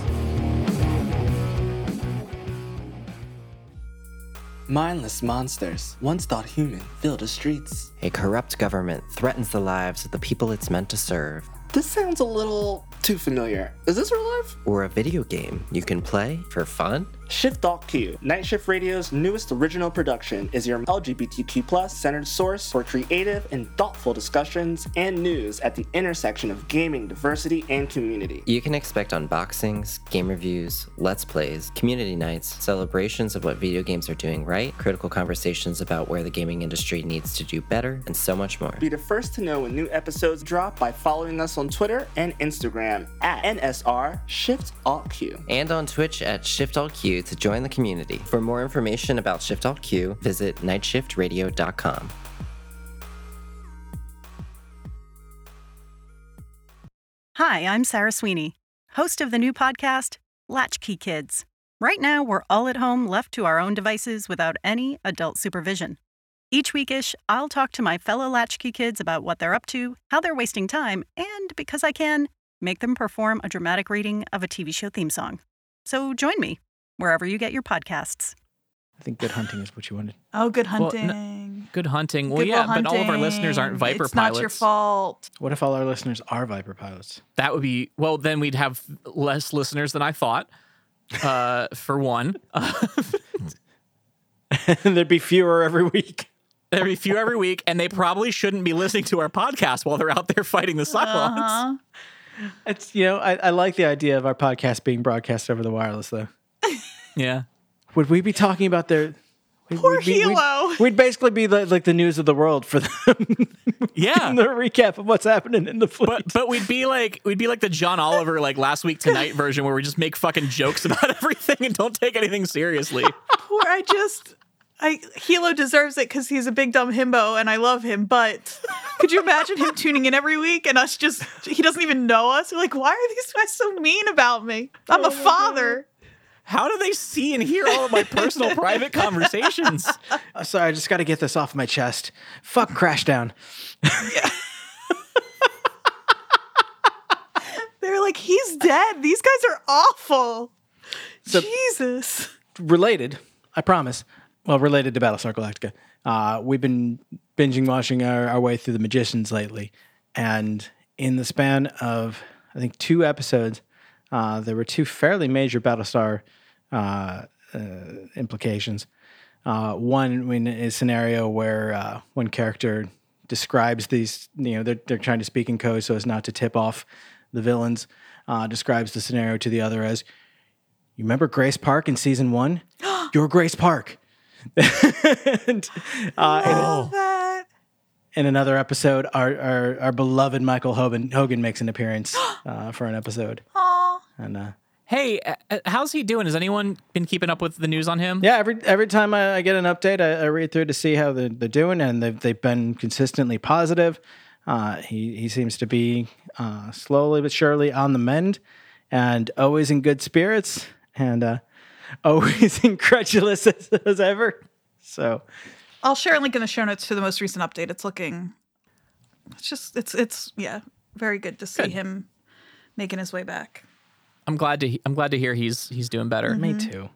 Mindless monsters, once thought human, fill the streets. A corrupt government threatens the lives of the people it's meant to serve. This sounds a little too familiar. Is this real life? or a video game you can play for fun? Shift Doc Q, Night Shift Radio's newest original production, is your LGBTQ centered source for creative and thoughtful discussions and news at the intersection of gaming, diversity, and community. You can expect unboxings, game reviews, let's plays, community nights, celebrations of what video games are doing right, critical conversations about where the gaming industry needs to do better, and so much more. Be the first to know when new episodes drop by following us on Twitter and Instagram at NSR Shift Alt Q. And on Twitch at ShiftAltQ to join the community. For more information about ShiftAltQ, visit nightshiftradio.com. Hi, I'm Sarah Sweeney, host of the new podcast, Latchkey Kids. Right now, we're all at home left to our own devices without any adult supervision. Each weekish, I'll talk to my fellow Latchkey kids about what they're up to, how they're wasting time, and because I can, make them perform a dramatic reading of a TV show theme song. So join me wherever you get your podcasts. I think good hunting is what you wanted. Oh, good Well, hunting. n- Good hunting. Well, Good yeah, Will but all of our listeners aren't Hunting. Viper it's pilots. not your fault. What if all our listeners are Viper pilots? That would be well. Then we'd have less listeners than I thought. Uh, for one, There'd be fewer every week. there'd be few every week, and they probably shouldn't be listening to our podcast while they're out there fighting the Cylons. Uh-huh. It's you know, I, I like the idea of our podcast being broadcast over the wireless though. Yeah. Would we be talking about their we- Poor we'd be- we'd- Hilo. We'd, basically be like, like the news of the world for them. Yeah. the recap of what's happening in the fleet. But but we'd be like we'd be like the John Oliver like last week tonight version where we just make fucking jokes about everything and don't take anything seriously. Poor, I just, I Hilo deserves it because he's a big dumb himbo and I love him. But could you imagine him tuning in every week and us just, he doesn't even know us? We're like, why are these guys so mean about me? Oh I'm a father. How do they see and hear all of my personal private conversations? Uh, sorry, I just got to get this off my chest. Fuck Crashdown. They're like, he's dead. These guys are awful. So- Jesus. Related, I promise. Well, related to Battlestar Galactica. Uh, we've been binging watching our, our way through The Magicians lately, and in the span of I think two episodes, uh, there were two fairly major Battlestar uh, uh, implications. Uh, one in a scenario where uh, one character describes these, you know, they're, they're trying to speak in code so as not to tip off the villains, uh, describes the scenario to the other as, you remember Grace Park in season one? You're Grace Park. and, uh, and- That. in another episode, our, our, our beloved Michael Hogan, Hogan makes an appearance uh, for an episode. Aw. And uh, Hey, uh, uh, how's he doing? Has anyone been keeping up with the news on him? Yeah, every every time I, I get an update, I, I read through to see how they're, they're doing, and they've they've been consistently positive. Uh, he he seems to be uh, slowly but surely on the mend, and always in good spirits, and uh, always incredulous as, as ever. So I'll share a link in the show notes to the most recent update. It's looking, it's just, it's, it's, yeah, very good to see him making his way back. I'm glad to he- I'm glad to hear he's he's doing Mm-hmm. better. me too.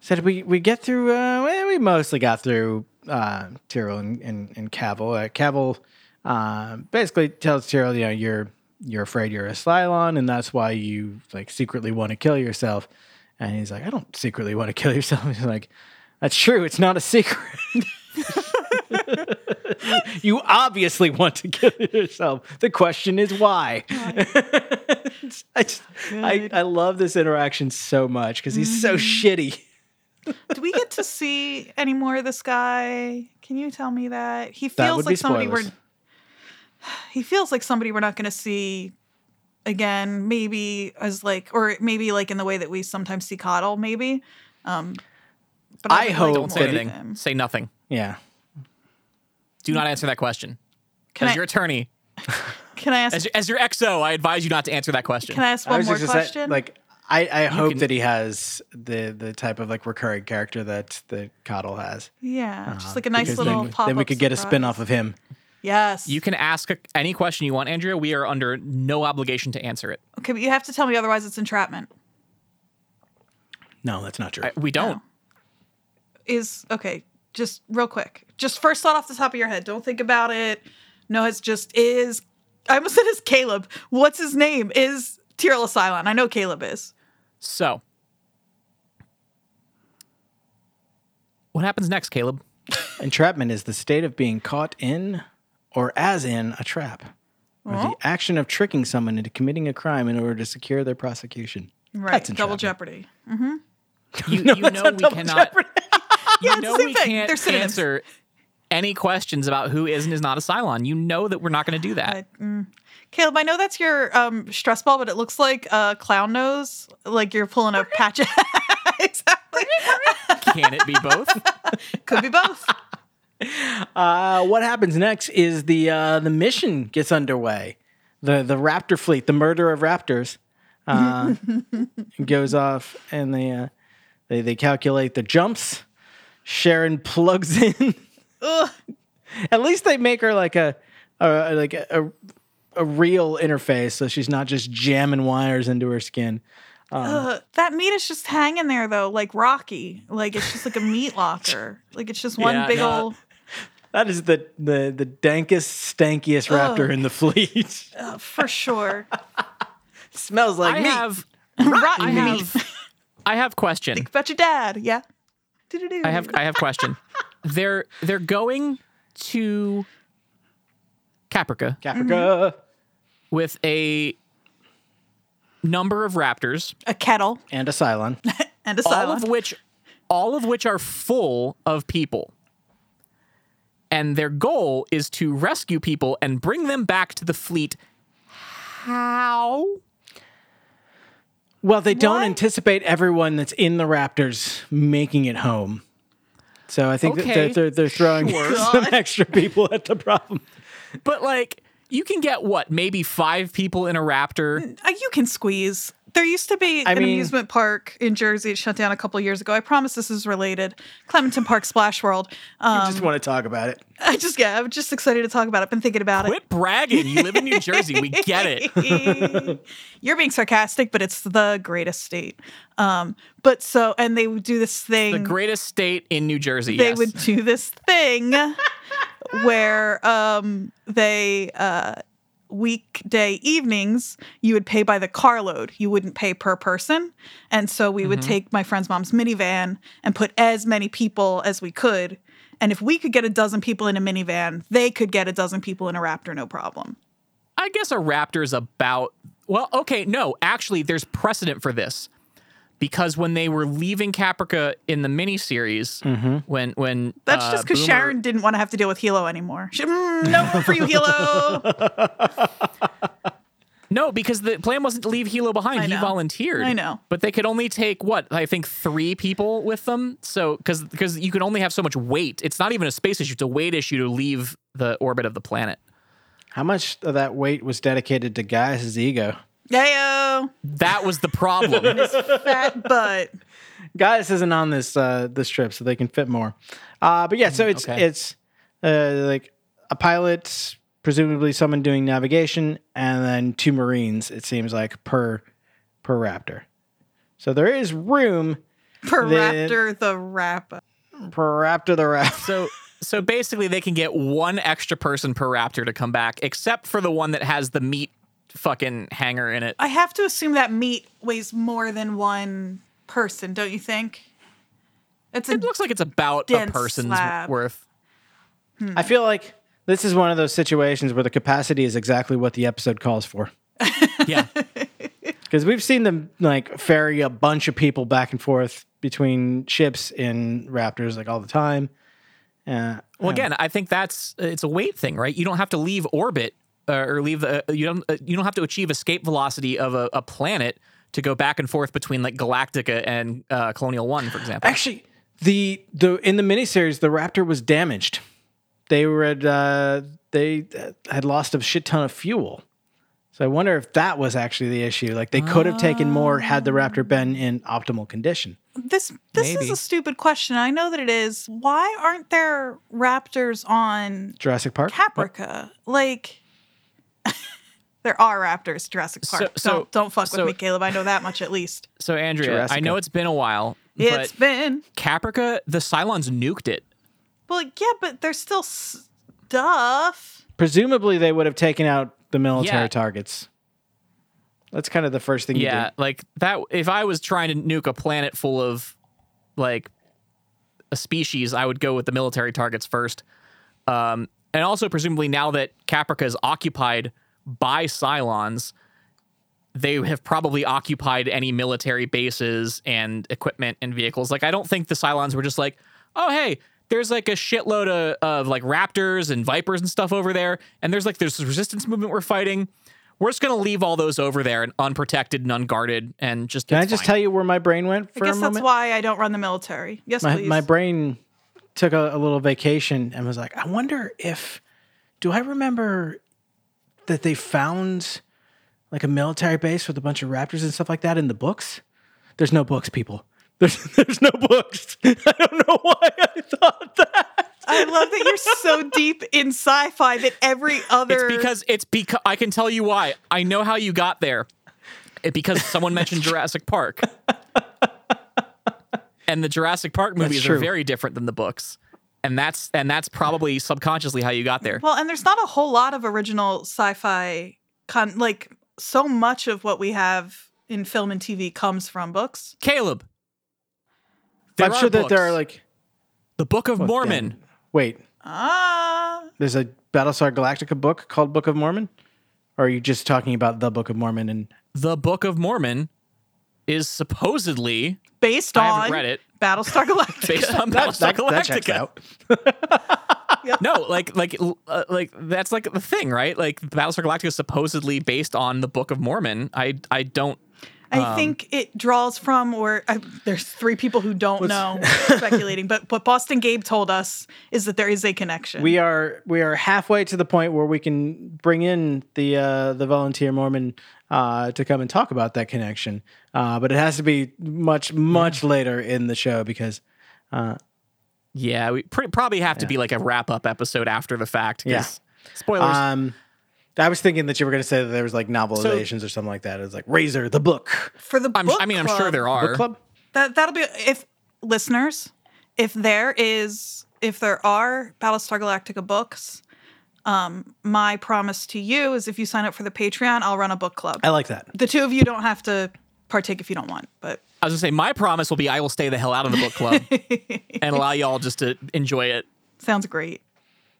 So did we we get through? Uh, well, we mostly got through uh, Tyrell and, and, and Cavil. Uh, Cavil uh, basically tells Tyrell, you know, you're you're afraid you're a Cylon, and that's why you like secretly want to kill yourself. And he's like, I don't secretly want to kill yourself. He's like, That's true. It's not a secret. you obviously want to kill yourself. The question is why. I, just, I I love this interaction so much because he's so Mm-hmm. shitty. Do we get to see any more of this guy? Can you tell me that he That feels would like be somebody spoilers. we're he feels like somebody we're not going to see again? Maybe as like, or maybe like in the way that we sometimes see Coddle, maybe. Um, but I would hope like Don't more say of anything. him. Say nothing. Yeah. Do not answer that question. Can as I- your attorney, Can I ask? as, as your exo, I advise you not to answer that question. can I ask I one was more just gonna say, question? like I, I hope can- that he has the the type of like recurring character that that Coddle has. yeah, just Uh, like a nice because little then, pop. Then we could get a spin off of him. Yes, you can ask any question you want, Andrea. We are under no obligation to answer it. Okay, but you have to tell me otherwise it's entrapment. No, that's not true. I- we don't. is okay. Just real quick, just first thought off the top of your head. Don't think about it. No, it's just is I almost said it's Caleb. What's his name? Is Tyrell Asylon. I know Caleb is. So, what happens next, Caleb? Entrapment is the state of being caught in or as in a trap, or the action of tricking someone into committing a crime in order to secure their prosecution. Right. That's Double entrapment. jeopardy. You, you it's know not we double cannot. you Yeah, it's know the same we thing. can't They're synonyms. answer any questions about who is and is not a Cylon. You know that we're not going to do that. Caleb, I know that's your um, stress ball, but it looks like a clown nose. Like you're pulling a patch. exactly. Can it be both? Could be both. Uh, what happens next is the uh, the mission gets underway. The the Raptor fleet, the murder of Raptors, uh, goes off, and they, uh, they they calculate the jumps. Sharon plugs in. At least they make her like a, a like a, a real interface, so she's not just jamming wires into her skin. Ugh, that meat is just hanging there though, like Rocky. Like it's just like a meat locker. Like it's just one Yeah, big no. ol' old. That is the the the dankest, stankiest raptor in the fleet. For sure. Smells like I meat. have. Rotten I meat. have. I have question. About your dad. Yeah. Doo-doo-doo. I have I have question. they're they're going to Caprica Caprica with a number of raptors, a kettle and a Cylon. and a all silence. of which all of which are full of people. And their goal is to rescue people and bring them back to the fleet. How? Well, they don't anticipate everyone that's in the Raptors making it home. So I think that they're, Okay, they're, they're throwing sure. some extra people at the problem. But like you can get what, maybe five people in a raptor. Uh, you can squeeze. There used to be I an mean- amusement park in Jersey. It shut down a couple years ago. I promise this is related. Clementon Park Splash World. I Um, just want to talk about it. I just yeah, I'm just excited to talk about it. I've been thinking about Quit bragging. You live in New Jersey. We get it. it. You're being sarcastic, but it's the greatest state. Um, but so and they would do this thing. The greatest state in New Jersey. they yes. would do this thing where um, they uh, weekday evenings you would pay by the carload you wouldn't pay per person and so we Mm-hmm. would take my friend's mom's minivan and put as many people as we could and if we could get a dozen people in a minivan they could get a dozen people in a raptor no problem I guess a raptor is about well, okay, no, actually there's precedent for this. Because when they were leaving Caprica in the miniseries, when when Mm-hmm. that's uh, just because Boomer- sharon didn't want to have to deal with hilo anymore she, mm, no room for you hilo No, because the plan wasn't to leave Hilo behind. I He know. volunteered. I know. But they could only take what, I think three people with them. So cause because you can only have so much weight. It's not even a space issue, it's a weight issue to leave the orbit of the planet. How much of that weight was dedicated to Gaius' ego? Yayo, That was the problem. fat butt Gaius isn't on this uh, this trip, so they can fit more. Uh, but yeah, so it's okay. it's uh, like a pilot, presumably someone doing navigation, and then two marines. It seems like per per raptor. So there is room per Then- raptor the rapper per raptor the raptor. So so basically they can get one extra person per raptor to come back, except for the one that has the meat fucking hanger in it. I have to assume that meat weighs more than one person, don't you think? It's a, It looks like it's about a Dense person's slab. worth. I feel like this is one of those situations where the capacity is exactly what the episode calls for. Yeah. Because we've seen them like ferry a bunch of people back and forth between ships in Raptors like all the time. Uh, Well, again, I think that's it's a weight thing, right? You don't have to leave orbit uh, or leave the you don't uh, you don't have to achieve escape velocity of a, a planet to go back and forth between like Galactica and uh, Colonial One, for example. Actually, the the in the miniseries, the Raptor was damaged. They were at, uh, they had lost a shit ton of fuel. So I wonder if that was actually the issue. Like they could have taken more had the Raptor been in optimal condition. this this is Maybe. a stupid question. I know that it is. Why aren't there raptors on Jurassic Park. Caprica? Like there are raptors Jurassic So- Park. so- don't, don't fuck so- with me, Caleb. I know that much at least. So, Andrea, I know Jurassica. it's been a while, It's but been Caprica, the Cylons nuked it. well, yeah, but there's still stuff. Presumably, they would have taken out the military Yeah. targets. That's kind of the first thing you yeah, like that. If I was trying to nuke a planet full of like a species, I would go with the military targets first. Um, and also, presumably, now that Caprica is occupied by Cylons, they have probably occupied any military bases and equipment and vehicles. Like, I don't think the Cylons were just like, oh, hey, there's like a shitload of, of like raptors and vipers and stuff over there. And there's like, there's this resistance movement we're fighting. We're just going to leave all those over there and unprotected and unguarded and just. do. Can I just tell you where my brain went for I a guess moment? that's why I don't run the military. Yes, my, please. my brain took a, a little vacation and was like, I wonder if do I remember that they found like a military base with a bunch of raptors and stuff like that in the books? There's no books, people. There's there's no books. I don't know why I thought that. I love that you're so deep in sci-fi that every other It's because it's because I can tell you why. I know how you got there. It, because someone mentioned Jurassic Park. and the Jurassic Park movies are true. very different than the books. And that's and that's probably subconsciously how you got there. well, and there's not a whole lot of original sci-fi con like so much of what we have in film and TV comes from books. Caleb. I'm sure that there are books. like Oh, The Book of Well, Mormon. damn. wait, Ah, there's a Battlestar Galactica book called Book of Mormon? Or are you just talking about the Book of Mormon and The Book of Mormon is supposedly based I haven't on read it. Battlestar Galactica. based on Battlestar that, that Galactica. checks out? no, like like uh, like that's like the thing, right? Like Battlestar Galactica is supposedly based on the Book of Mormon. I I don't. um, I think it draws from, or I, there's three people who don't know speculating, but what Boston Gabe told us is that there is a connection. we are we are halfway to the point where we can bring in the uh, the volunteer Mormon uh, to come and talk about that connection, uh, but it has to be much much later in the show because Yeah, we pr- probably have to be like a wrap up episode after the fact. 'cause- Spoilers. um, I was thinking that you were going to say that there was like novelizations or something like that. It was like Razor the book For the I'm, book I mean, I'm club, sure there are. book club. That that'll be if listeners, if there is if there are Battlestar Galactica books, um, my promise to you is if you sign up for the Patreon, I'll run a book club. I like that. the two of you don't have to partake if you don't want, but I was gonna say my promise will be I will stay the hell out of the book club and allow y'all just to enjoy it sounds great.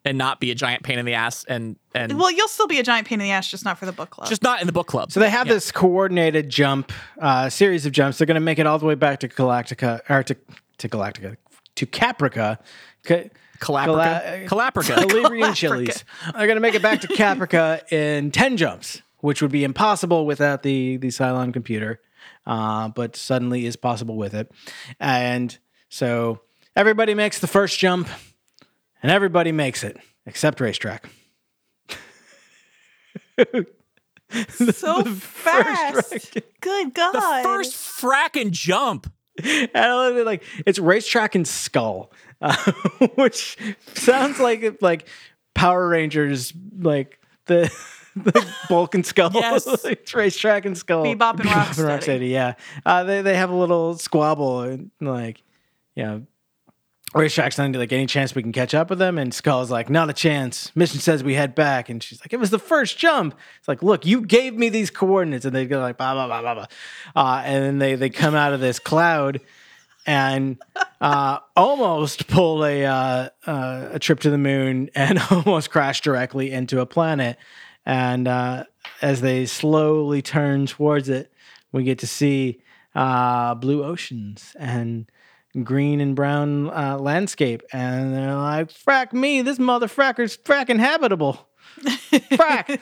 and not be a giant pain in the ass and and Well, you'll still be a giant pain in the ass, just not for the book club. just not in the book club. So they have this coordinated jump uh, series of jumps. They're going to make it all the way back to Galactica or to to Galactica to Caprica. Ca- Calaprica. Gala- Calaprica. Calabrian chilies. They're going to make it back to Caprica in 10 jumps, which would be impossible without the, the Cylon computer, uh, but suddenly is possible with it. And so everybody makes the first jump, and everybody makes it, except Racetrack. so fast. Good God. the first frackin' jump. And I love it, like it's Racetrack and Skull, uh, which sounds like like Power Rangers, like the. the bulk and skull Yes. it's racetrack and skull Bebop and Rocksteady. yeah. Uh, they they have a little squabble and like, you know, Racetrack's not like any chance we can catch up with them, and Skull's like, not a chance. Mission says we head back, and she's like, it was the first jump. It's like, look, you gave me these coordinates, and they go like, blah blah blah blah blah, uh, and then they they come out of this cloud. And uh, almost pull a uh, uh, a trip to the moon, and almost crash directly into a planet. And uh, as they slowly turn towards it, we get to see uh, blue oceans and green and brown uh, landscape. And they're like, frack me, this motherfracker's fracking habitable. Frack.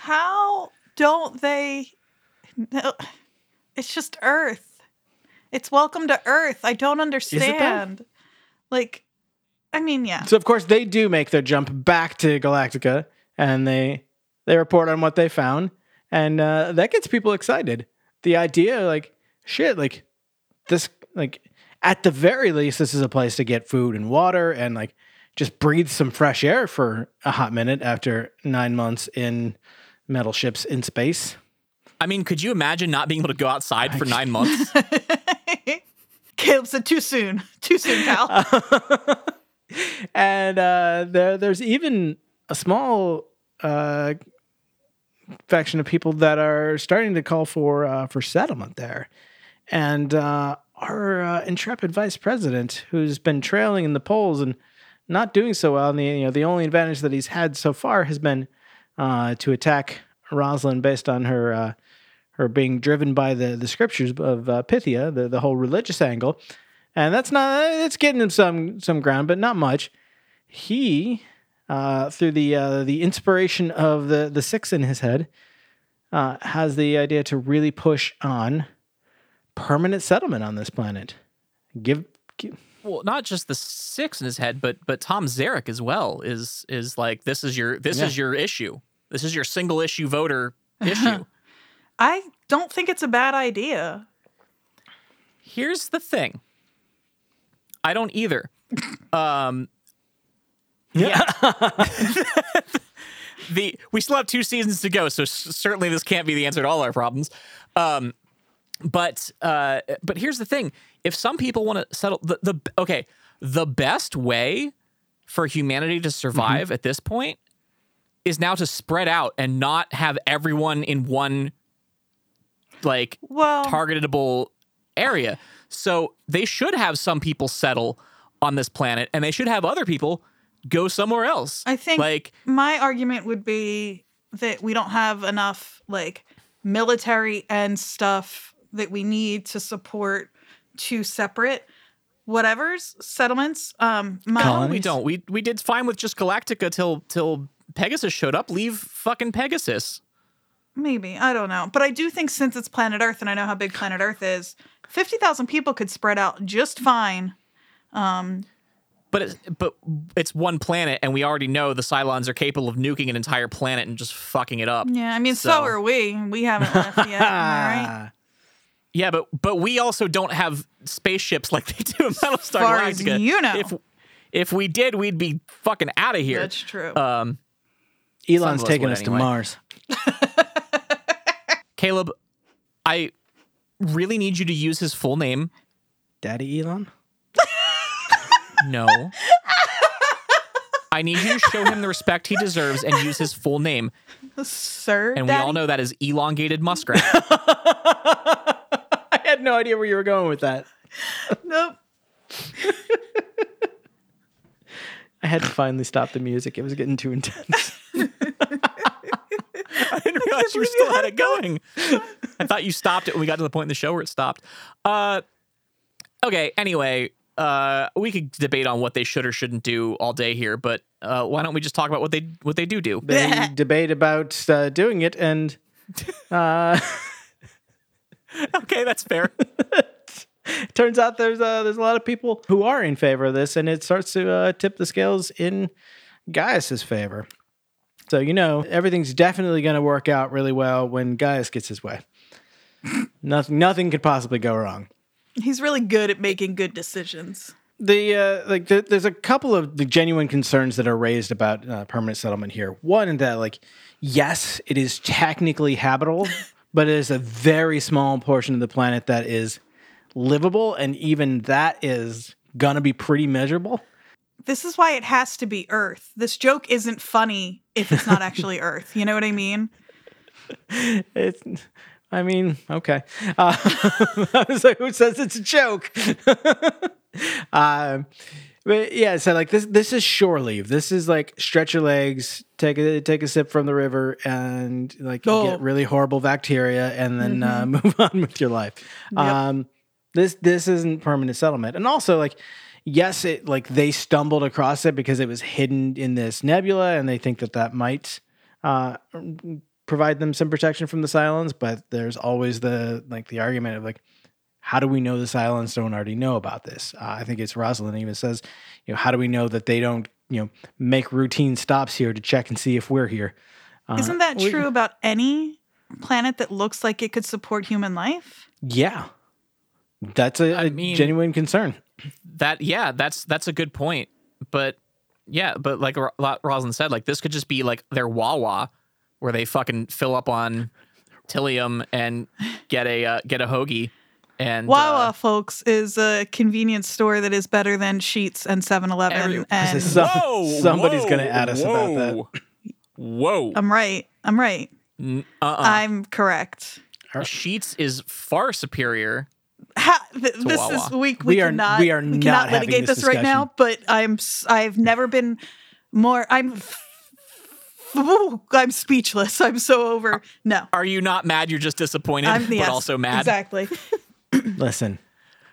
How don't they? No, it's just Earth. It's welcome to Earth. I don't understand. Like, I mean, yeah. so, of course, they do make their jump back to Galactica and they, they report on what they found. And uh, that gets people excited. The idea, like, shit, like, this, like, at the very least, this is a place to get food and water and, like, just breathe some fresh air for a hot minute after nine months in metal ships in space. I mean, could you imagine not being able to go outside for nine months? Caleb said too soon. Too soon, pal. and uh, there, there's even a small uh, faction of people that are starting to call for uh, for settlement there, and uh, our uh, intrepid vice president, who's been trailing in the polls and not doing so well, and the you know the only advantage that he's had so far has been uh, to attack Rosalind based on her. Uh, her being driven by the, the scriptures of uh, Pythia, the, the whole religious angle, and that's not it's getting him some some ground, but not much. He, uh, through the uh, the inspiration of the the six in his head, uh, has the idea to really push on permanent settlement on this planet. Give, give well, not just the six in his head, but but Tom Zarek as well is is like this is your this is your issue. This is your single issue voter issue. I don't think it's a bad idea. Here's the thing. I don't either. Um, yeah. the we still have two seasons to go, so s- certainly this can't be the answer to all our problems. Um, but uh, but here's the thing: if some people want to settle the, the okay, the best way for humanity to survive at this point is now to spread out and not have everyone in one like Well, targetable area. So they should have some people settle on this planet, and they should have other people go somewhere else. I think like my argument would be that we don't have enough like military and stuff that we need to support two separate whatever's settlements. Um, my no, we don't. We we did fine with just Galactica till till Pegasus showed up. Leave fucking Pegasus. Maybe. I don't know. But I do think since it's planet Earth and I know how big planet Earth is, 50,000 people could spread out just fine. Um, But it's, but it's one planet, and we already know the Cylons are capable of nuking an entire planet and just fucking it up. yeah, I mean, so, So- are we. We haven't left yet. Am I right? Yeah, but but we also don't have spaceships like they do in Battlestar far Galactica. as you know. if if we did, we'd be fucking out of here. That's true. Um, Elon's us taking would us anyway. to Mars. Caleb, I really need you to use his full name. Daddy Elon. No. I need you to show him the respect he deserves and use his full name. Sir. And we Daddy? all know that is elongated muskrat. I had no idea where you were going with that. Nope. I had to finally stop the music. It was getting too intense. I didn't realize you still had it going. I thought you stopped it when we got to the point in the show where it stopped. Uh, okay. Anyway, uh, we could debate on what they should or shouldn't do all day here, but uh, why don't we just talk about what they what they do do? they debate about uh, doing it, and uh, Okay, that's fair. turns out there's uh, there's a lot of people who are in favor of this, and it starts to uh, tip the scales in Gaius's favor. So you know everything's definitely going to work out really well when Gaius gets his way. nothing nothing could possibly go wrong. He's really good at making good decisions. the uh, like the, there's a couple of the genuine concerns that are raised about uh, permanent settlement here. One that like yes, it is technically habitable, but it is a very small portion of the planet that is livable, and even that is gonna be pretty measurable. This is why it has to be Earth. This joke isn't funny if it's not actually Earth. You know what I mean? It's, I mean, okay. Uh, I was like, who says it's a joke? um, but yeah, so like this, this is shore leave. This is like stretch your legs, take a take a sip from the river, and like you Oh. get really horrible bacteria, and then uh, move on with your life. Um, this this isn't permanent settlement, and also like. Yes, it like they stumbled across it because it was hidden in this nebula, and they think that that might uh, provide them some protection from the Cylons, but there's always the like the argument of like, how do we know the Cylons don't already know about this? Uh, I think it's Rosalind even says, you know, how do we know that they don't you know make routine stops here to check and see if we're here? Uh, Uh-huh. Isn't that we- true about any planet that looks like it could support human life? Yeah, that's a, I a mean- genuine concern. that yeah, that's that's a good point. But yeah, but like Ro- Lo- Rosalind said, like this could just be like their Wawa, where they fucking fill up on Tillium and get a uh, get a hoagie And Wawa, uh, folks, is a convenience store that is better than Sheets and 7 Every- Eleven. And Some- whoa, somebody's whoa, gonna add us about that. whoa, Whoa, I'm right. I'm right. N- uh-uh. I'm correct. Sheets is far superior. Ha, th- this Wawa. is we, we, We are- cannot, we are we cannot not having litigate this this, right now, but I'm s- I've never been more I'm f- ooh, I'm speechless. I'm so over. No. Are you not mad? You're just disappointed, I'm but the yes, also mad. Exactly. Listen,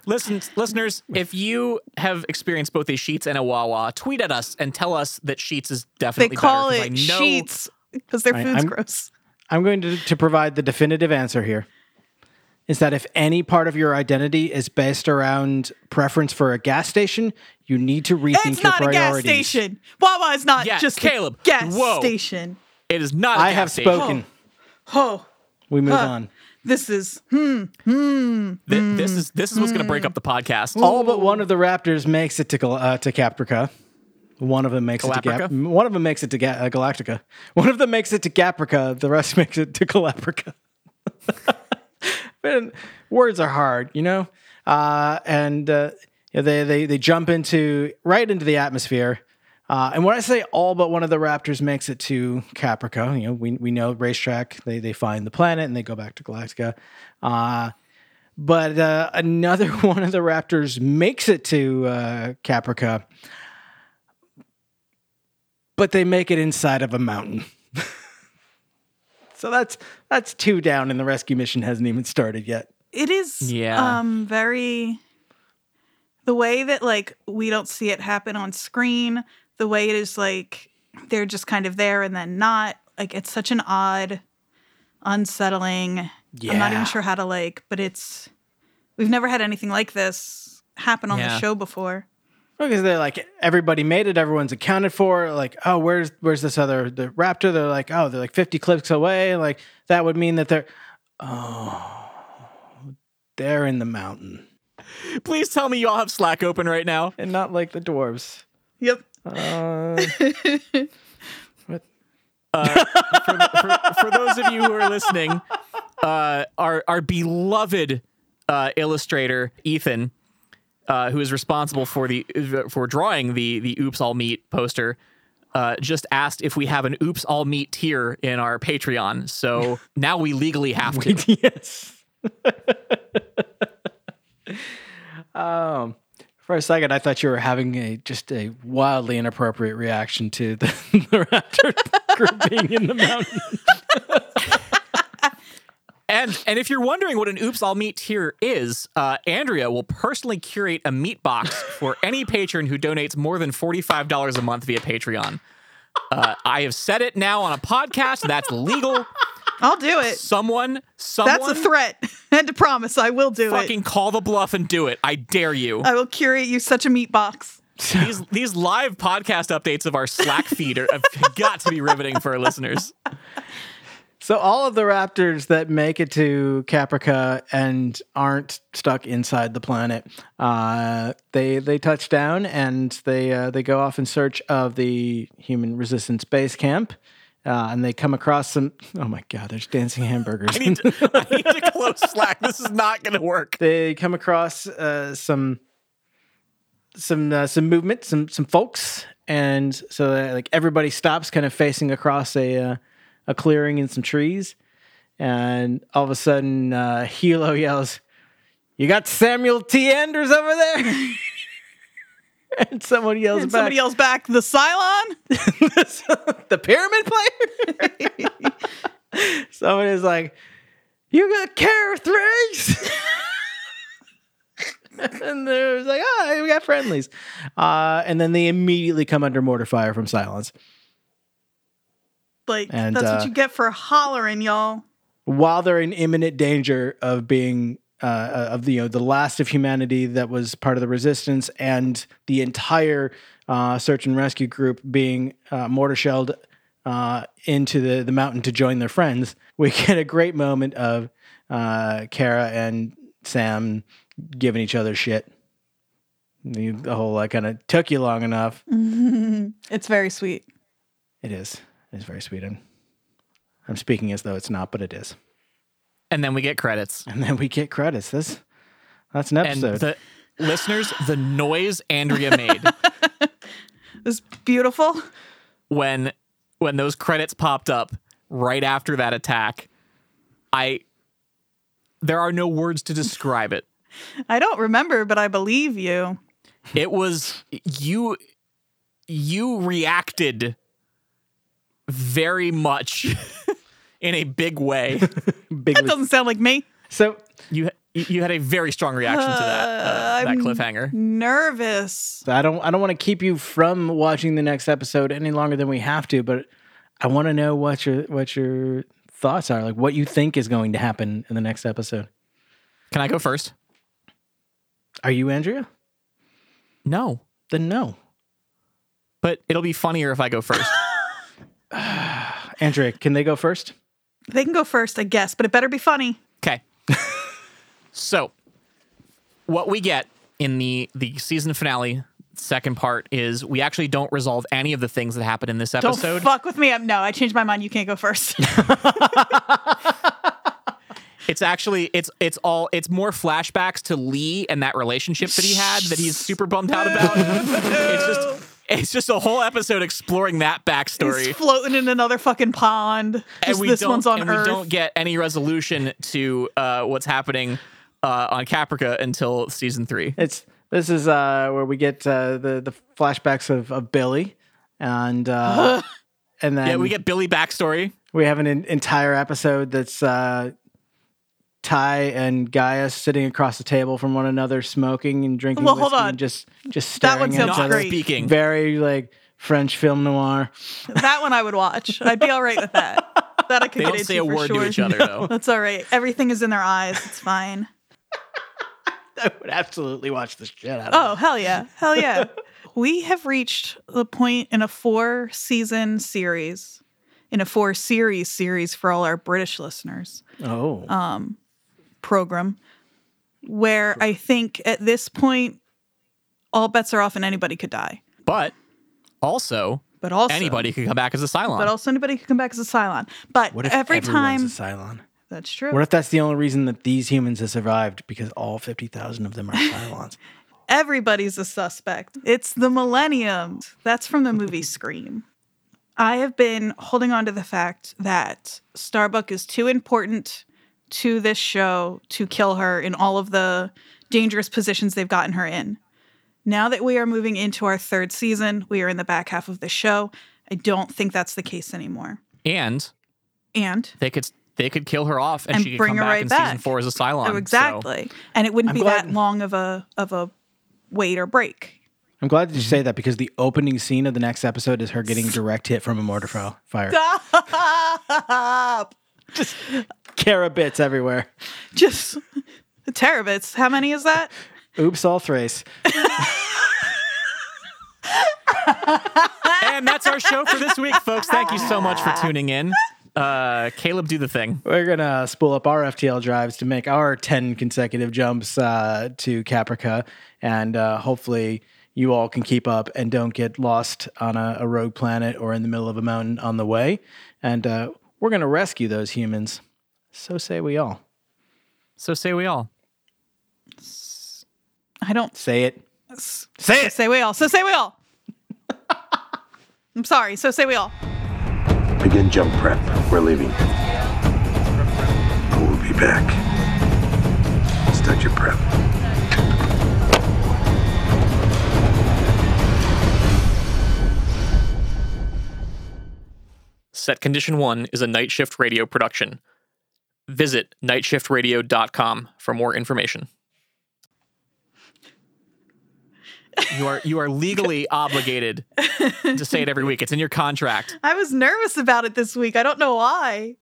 Listen, listeners, if you have experienced both a Sheets and a Wawa, tweet at us and tell us that Sheets is They definitely call better. 'cause it I know- sheets because their Right, food's I'm- gross. I'm going to, to provide the definitive answer here. Is that if any part of your identity is based around preference for a gas station, you need to rethink It's your not a priorities. gas station. Wawa is not Yeah, just Caleb, a gas whoa. station. It is not. a I gas have station. spoken. Oh, We move Huh. on. this is hmm. Th- this is this is what's going to break up the podcast. All but one of the Raptors makes it to Gal- uh, to Caprica. One of them makes it to Galaprica? Gap. One of them makes it to Ga- uh, Galactica. One of them makes it to Caprica. The rest makes it to Galaprica. Man, words are hard, you know. Uh, and uh, yeah, they they they jump into right into the atmosphere. Uh, and when I say all but one of the Raptors makes it to Caprica, you know, we, we know racetrack, they, they find the planet and they go back to Galactica. Uh, but uh, another one of the Raptors makes it to uh, Caprica, but they make it inside of a mountain. so that's that's two down, and the rescue mission hasn't even started yet. It is Yeah. um very the way that like we don't see it happen on screen, the way it is like they're just kind of there and then not. Like it's such an odd, unsettling. I'm not Yeah. even sure how to like, but it's we've never had anything like this happen on Yeah. the show before. Because they're like everybody made it, everyone's accounted for. Like, oh, where's where's this other the raptor? They're like, oh, they're like fifty clicks away. Like that would mean that they're oh, they're in the mountain Please tell me you all have Slack open right now. and not like the dwarves. Yep. Uh, for, for those of you who are listening, uh, our our beloved uh, illustrator Ethan, uh, who is responsible for the for drawing the the Oops All Meat poster, uh, just asked if we have an Oops All Meat tier in our Patreon. So now we legally have to. yes. um, for a second, I thought you were having a just a wildly inappropriate reaction to the, the raptor group being in the mountain. And and if you're wondering what an Oops All Meat tier is, uh, Andrea will personally curate a meat box for any patron who donates more than forty five dollars a month via Patreon. Uh, I have said it now on a podcast. That's legal. I'll do it. Someone, someone, That's a threat. and a promise I will do Fucking it. call the bluff and do it. I dare you. I will curate you such a meat box. these these live podcast updates of our Slack feed are, have got to be riveting for our listeners. So all of the raptors that make it to Caprica and aren't stuck inside the planet, uh, they they touch down and they uh, they go off in search of the human resistance base camp, uh, and they come across some. Oh my God! There's dancing hamburgers. I need to, I need to close Slack. This is not going to work. they come across uh, some some uh, some movement, some some folks, and so uh, like everybody stops, kind of facing across a uh, a clearing and some trees, and all of a sudden uh, Hilo yells, "You got Samuel T. Anders over there!" and someone yells And back, somebody yells back, the Cylon? the pyramid player. Someone is like, "You got care threes," and they're like, "Oh, we got friendlies," uh, and then they immediately come under mortar fire from silence. Like And, that's uh, what you get for hollering, y'all. while they're in imminent danger of being uh, of the you know the last of humanity that was part of the resistance and the entire uh, search and rescue group being uh, mortar shelled uh, into the the mountain to join their friends, we get a great moment of uh, Kara and Sam giving each other shit. The the whole like kind of took you long enough. It's very sweet. It is. It's very sweet. I'm, I'm speaking as though it's not, but it is. And then we get credits. And then we get credits. This That's an And episode. the listeners, the noise Andrea made It's beautiful. when when those credits popped up right after that attack, I there are no words to describe it. I don't remember, but I believe you. It was you you reacted very much in a big way. Big That doesn't sound like me. so You you had a very strong reaction to that uh, that cliffhanger. Nervous. I don't I don't want to keep you from watching the next episode any longer than we have to, but I want to know what your what your thoughts are, like what you think is going to happen in the next episode. Can I go first? Are you Andrea? No. Then no. But it'll be funnier if I go first. Andrea, can they go first? They can go first, I guess, but it better be funny. Okay. so, what we get in the the season finale second part is we actually don't resolve any of the things that happened in this Don't episode. fuck with me. i no, I changed my mind. You can't go first. it's actually it's it's all it's more flashbacks to Lee and that relationship that he had that he's super bummed out about. it's just it's just a whole episode exploring that backstory. He's floating in another fucking pond. Just this don't, one's on and Earth. we don't get any resolution to uh, what's happening uh, on Caprica until season three. It's this is uh where we get uh the, the flashbacks of, of Billy and uh and then yeah, we get Billy backstory. we have an en- entire episode that's uh Ty and Gaia sitting across the table from one another, smoking and drinking. Well, hold whiskey and on. just just That one staring at sounds each other. not great. speaking. Very like French film noir. that one I would watch. I'd be all right with that. That I could They get don't into say a for word sure. to each other though. That's all right. Everything is in their eyes. It's fine. I would absolutely watch the shit out of Oh, hell yeah. Hell yeah. we have reached the point in a four season series, in a four series series for all our British listeners it. Oh. program, where I think at this point, all bets are off and anybody could die. But also, But also, anybody could come back as a Cylon. But also, anybody could come back as a Cylon. But what if every everyone's time, a Cylon? that's true. What if that's the only reason that these humans have survived? Because all 50,000 of them are Cylons. Everybody's a suspect. It's the millennium. That's from the movie Scream. I have been holding on to the fact that Starbuck is too important to this show to kill her in all of the dangerous positions they've gotten her in. Now that we are moving into our third season, we are in the back half of the show. I don't think that's the case anymore. and And they could they could kill her off, and, And she could bring come her back right in season back. four as a Cylon. oh, So exactly. And it wouldn't I'm be glad- that long of a of a wait or break. I'm glad that you say that because the opening scene of the next episode is her getting direct hit from a mortar fi- fire. Stop. Carabits everywhere. just the terabits. How many is that? Oops, all thrace. and that's our show for this week, folks. Thank you so much for tuning in. Uh, Caleb, do the thing. We're gonna spool up our FTL drives to make our ten consecutive jumps uh, to Caprica, and uh, hopefully you all can keep up and don't get lost on a, a rogue planet or in the middle of a mountain on the way. And uh, we're gonna rescue those humans. So say we all. So say we all. I don't Say it. say it. Say we all. So say we all. I'm sorry. So say we all. Begin jump prep. We're leaving. I will be back. Start your prep. Set Condition One is a night shift radio production. Visit nightshiftradio.com for more information. You are you are legally obligated to say it every week. It's in your contract. I was nervous about it this week. I don't know why.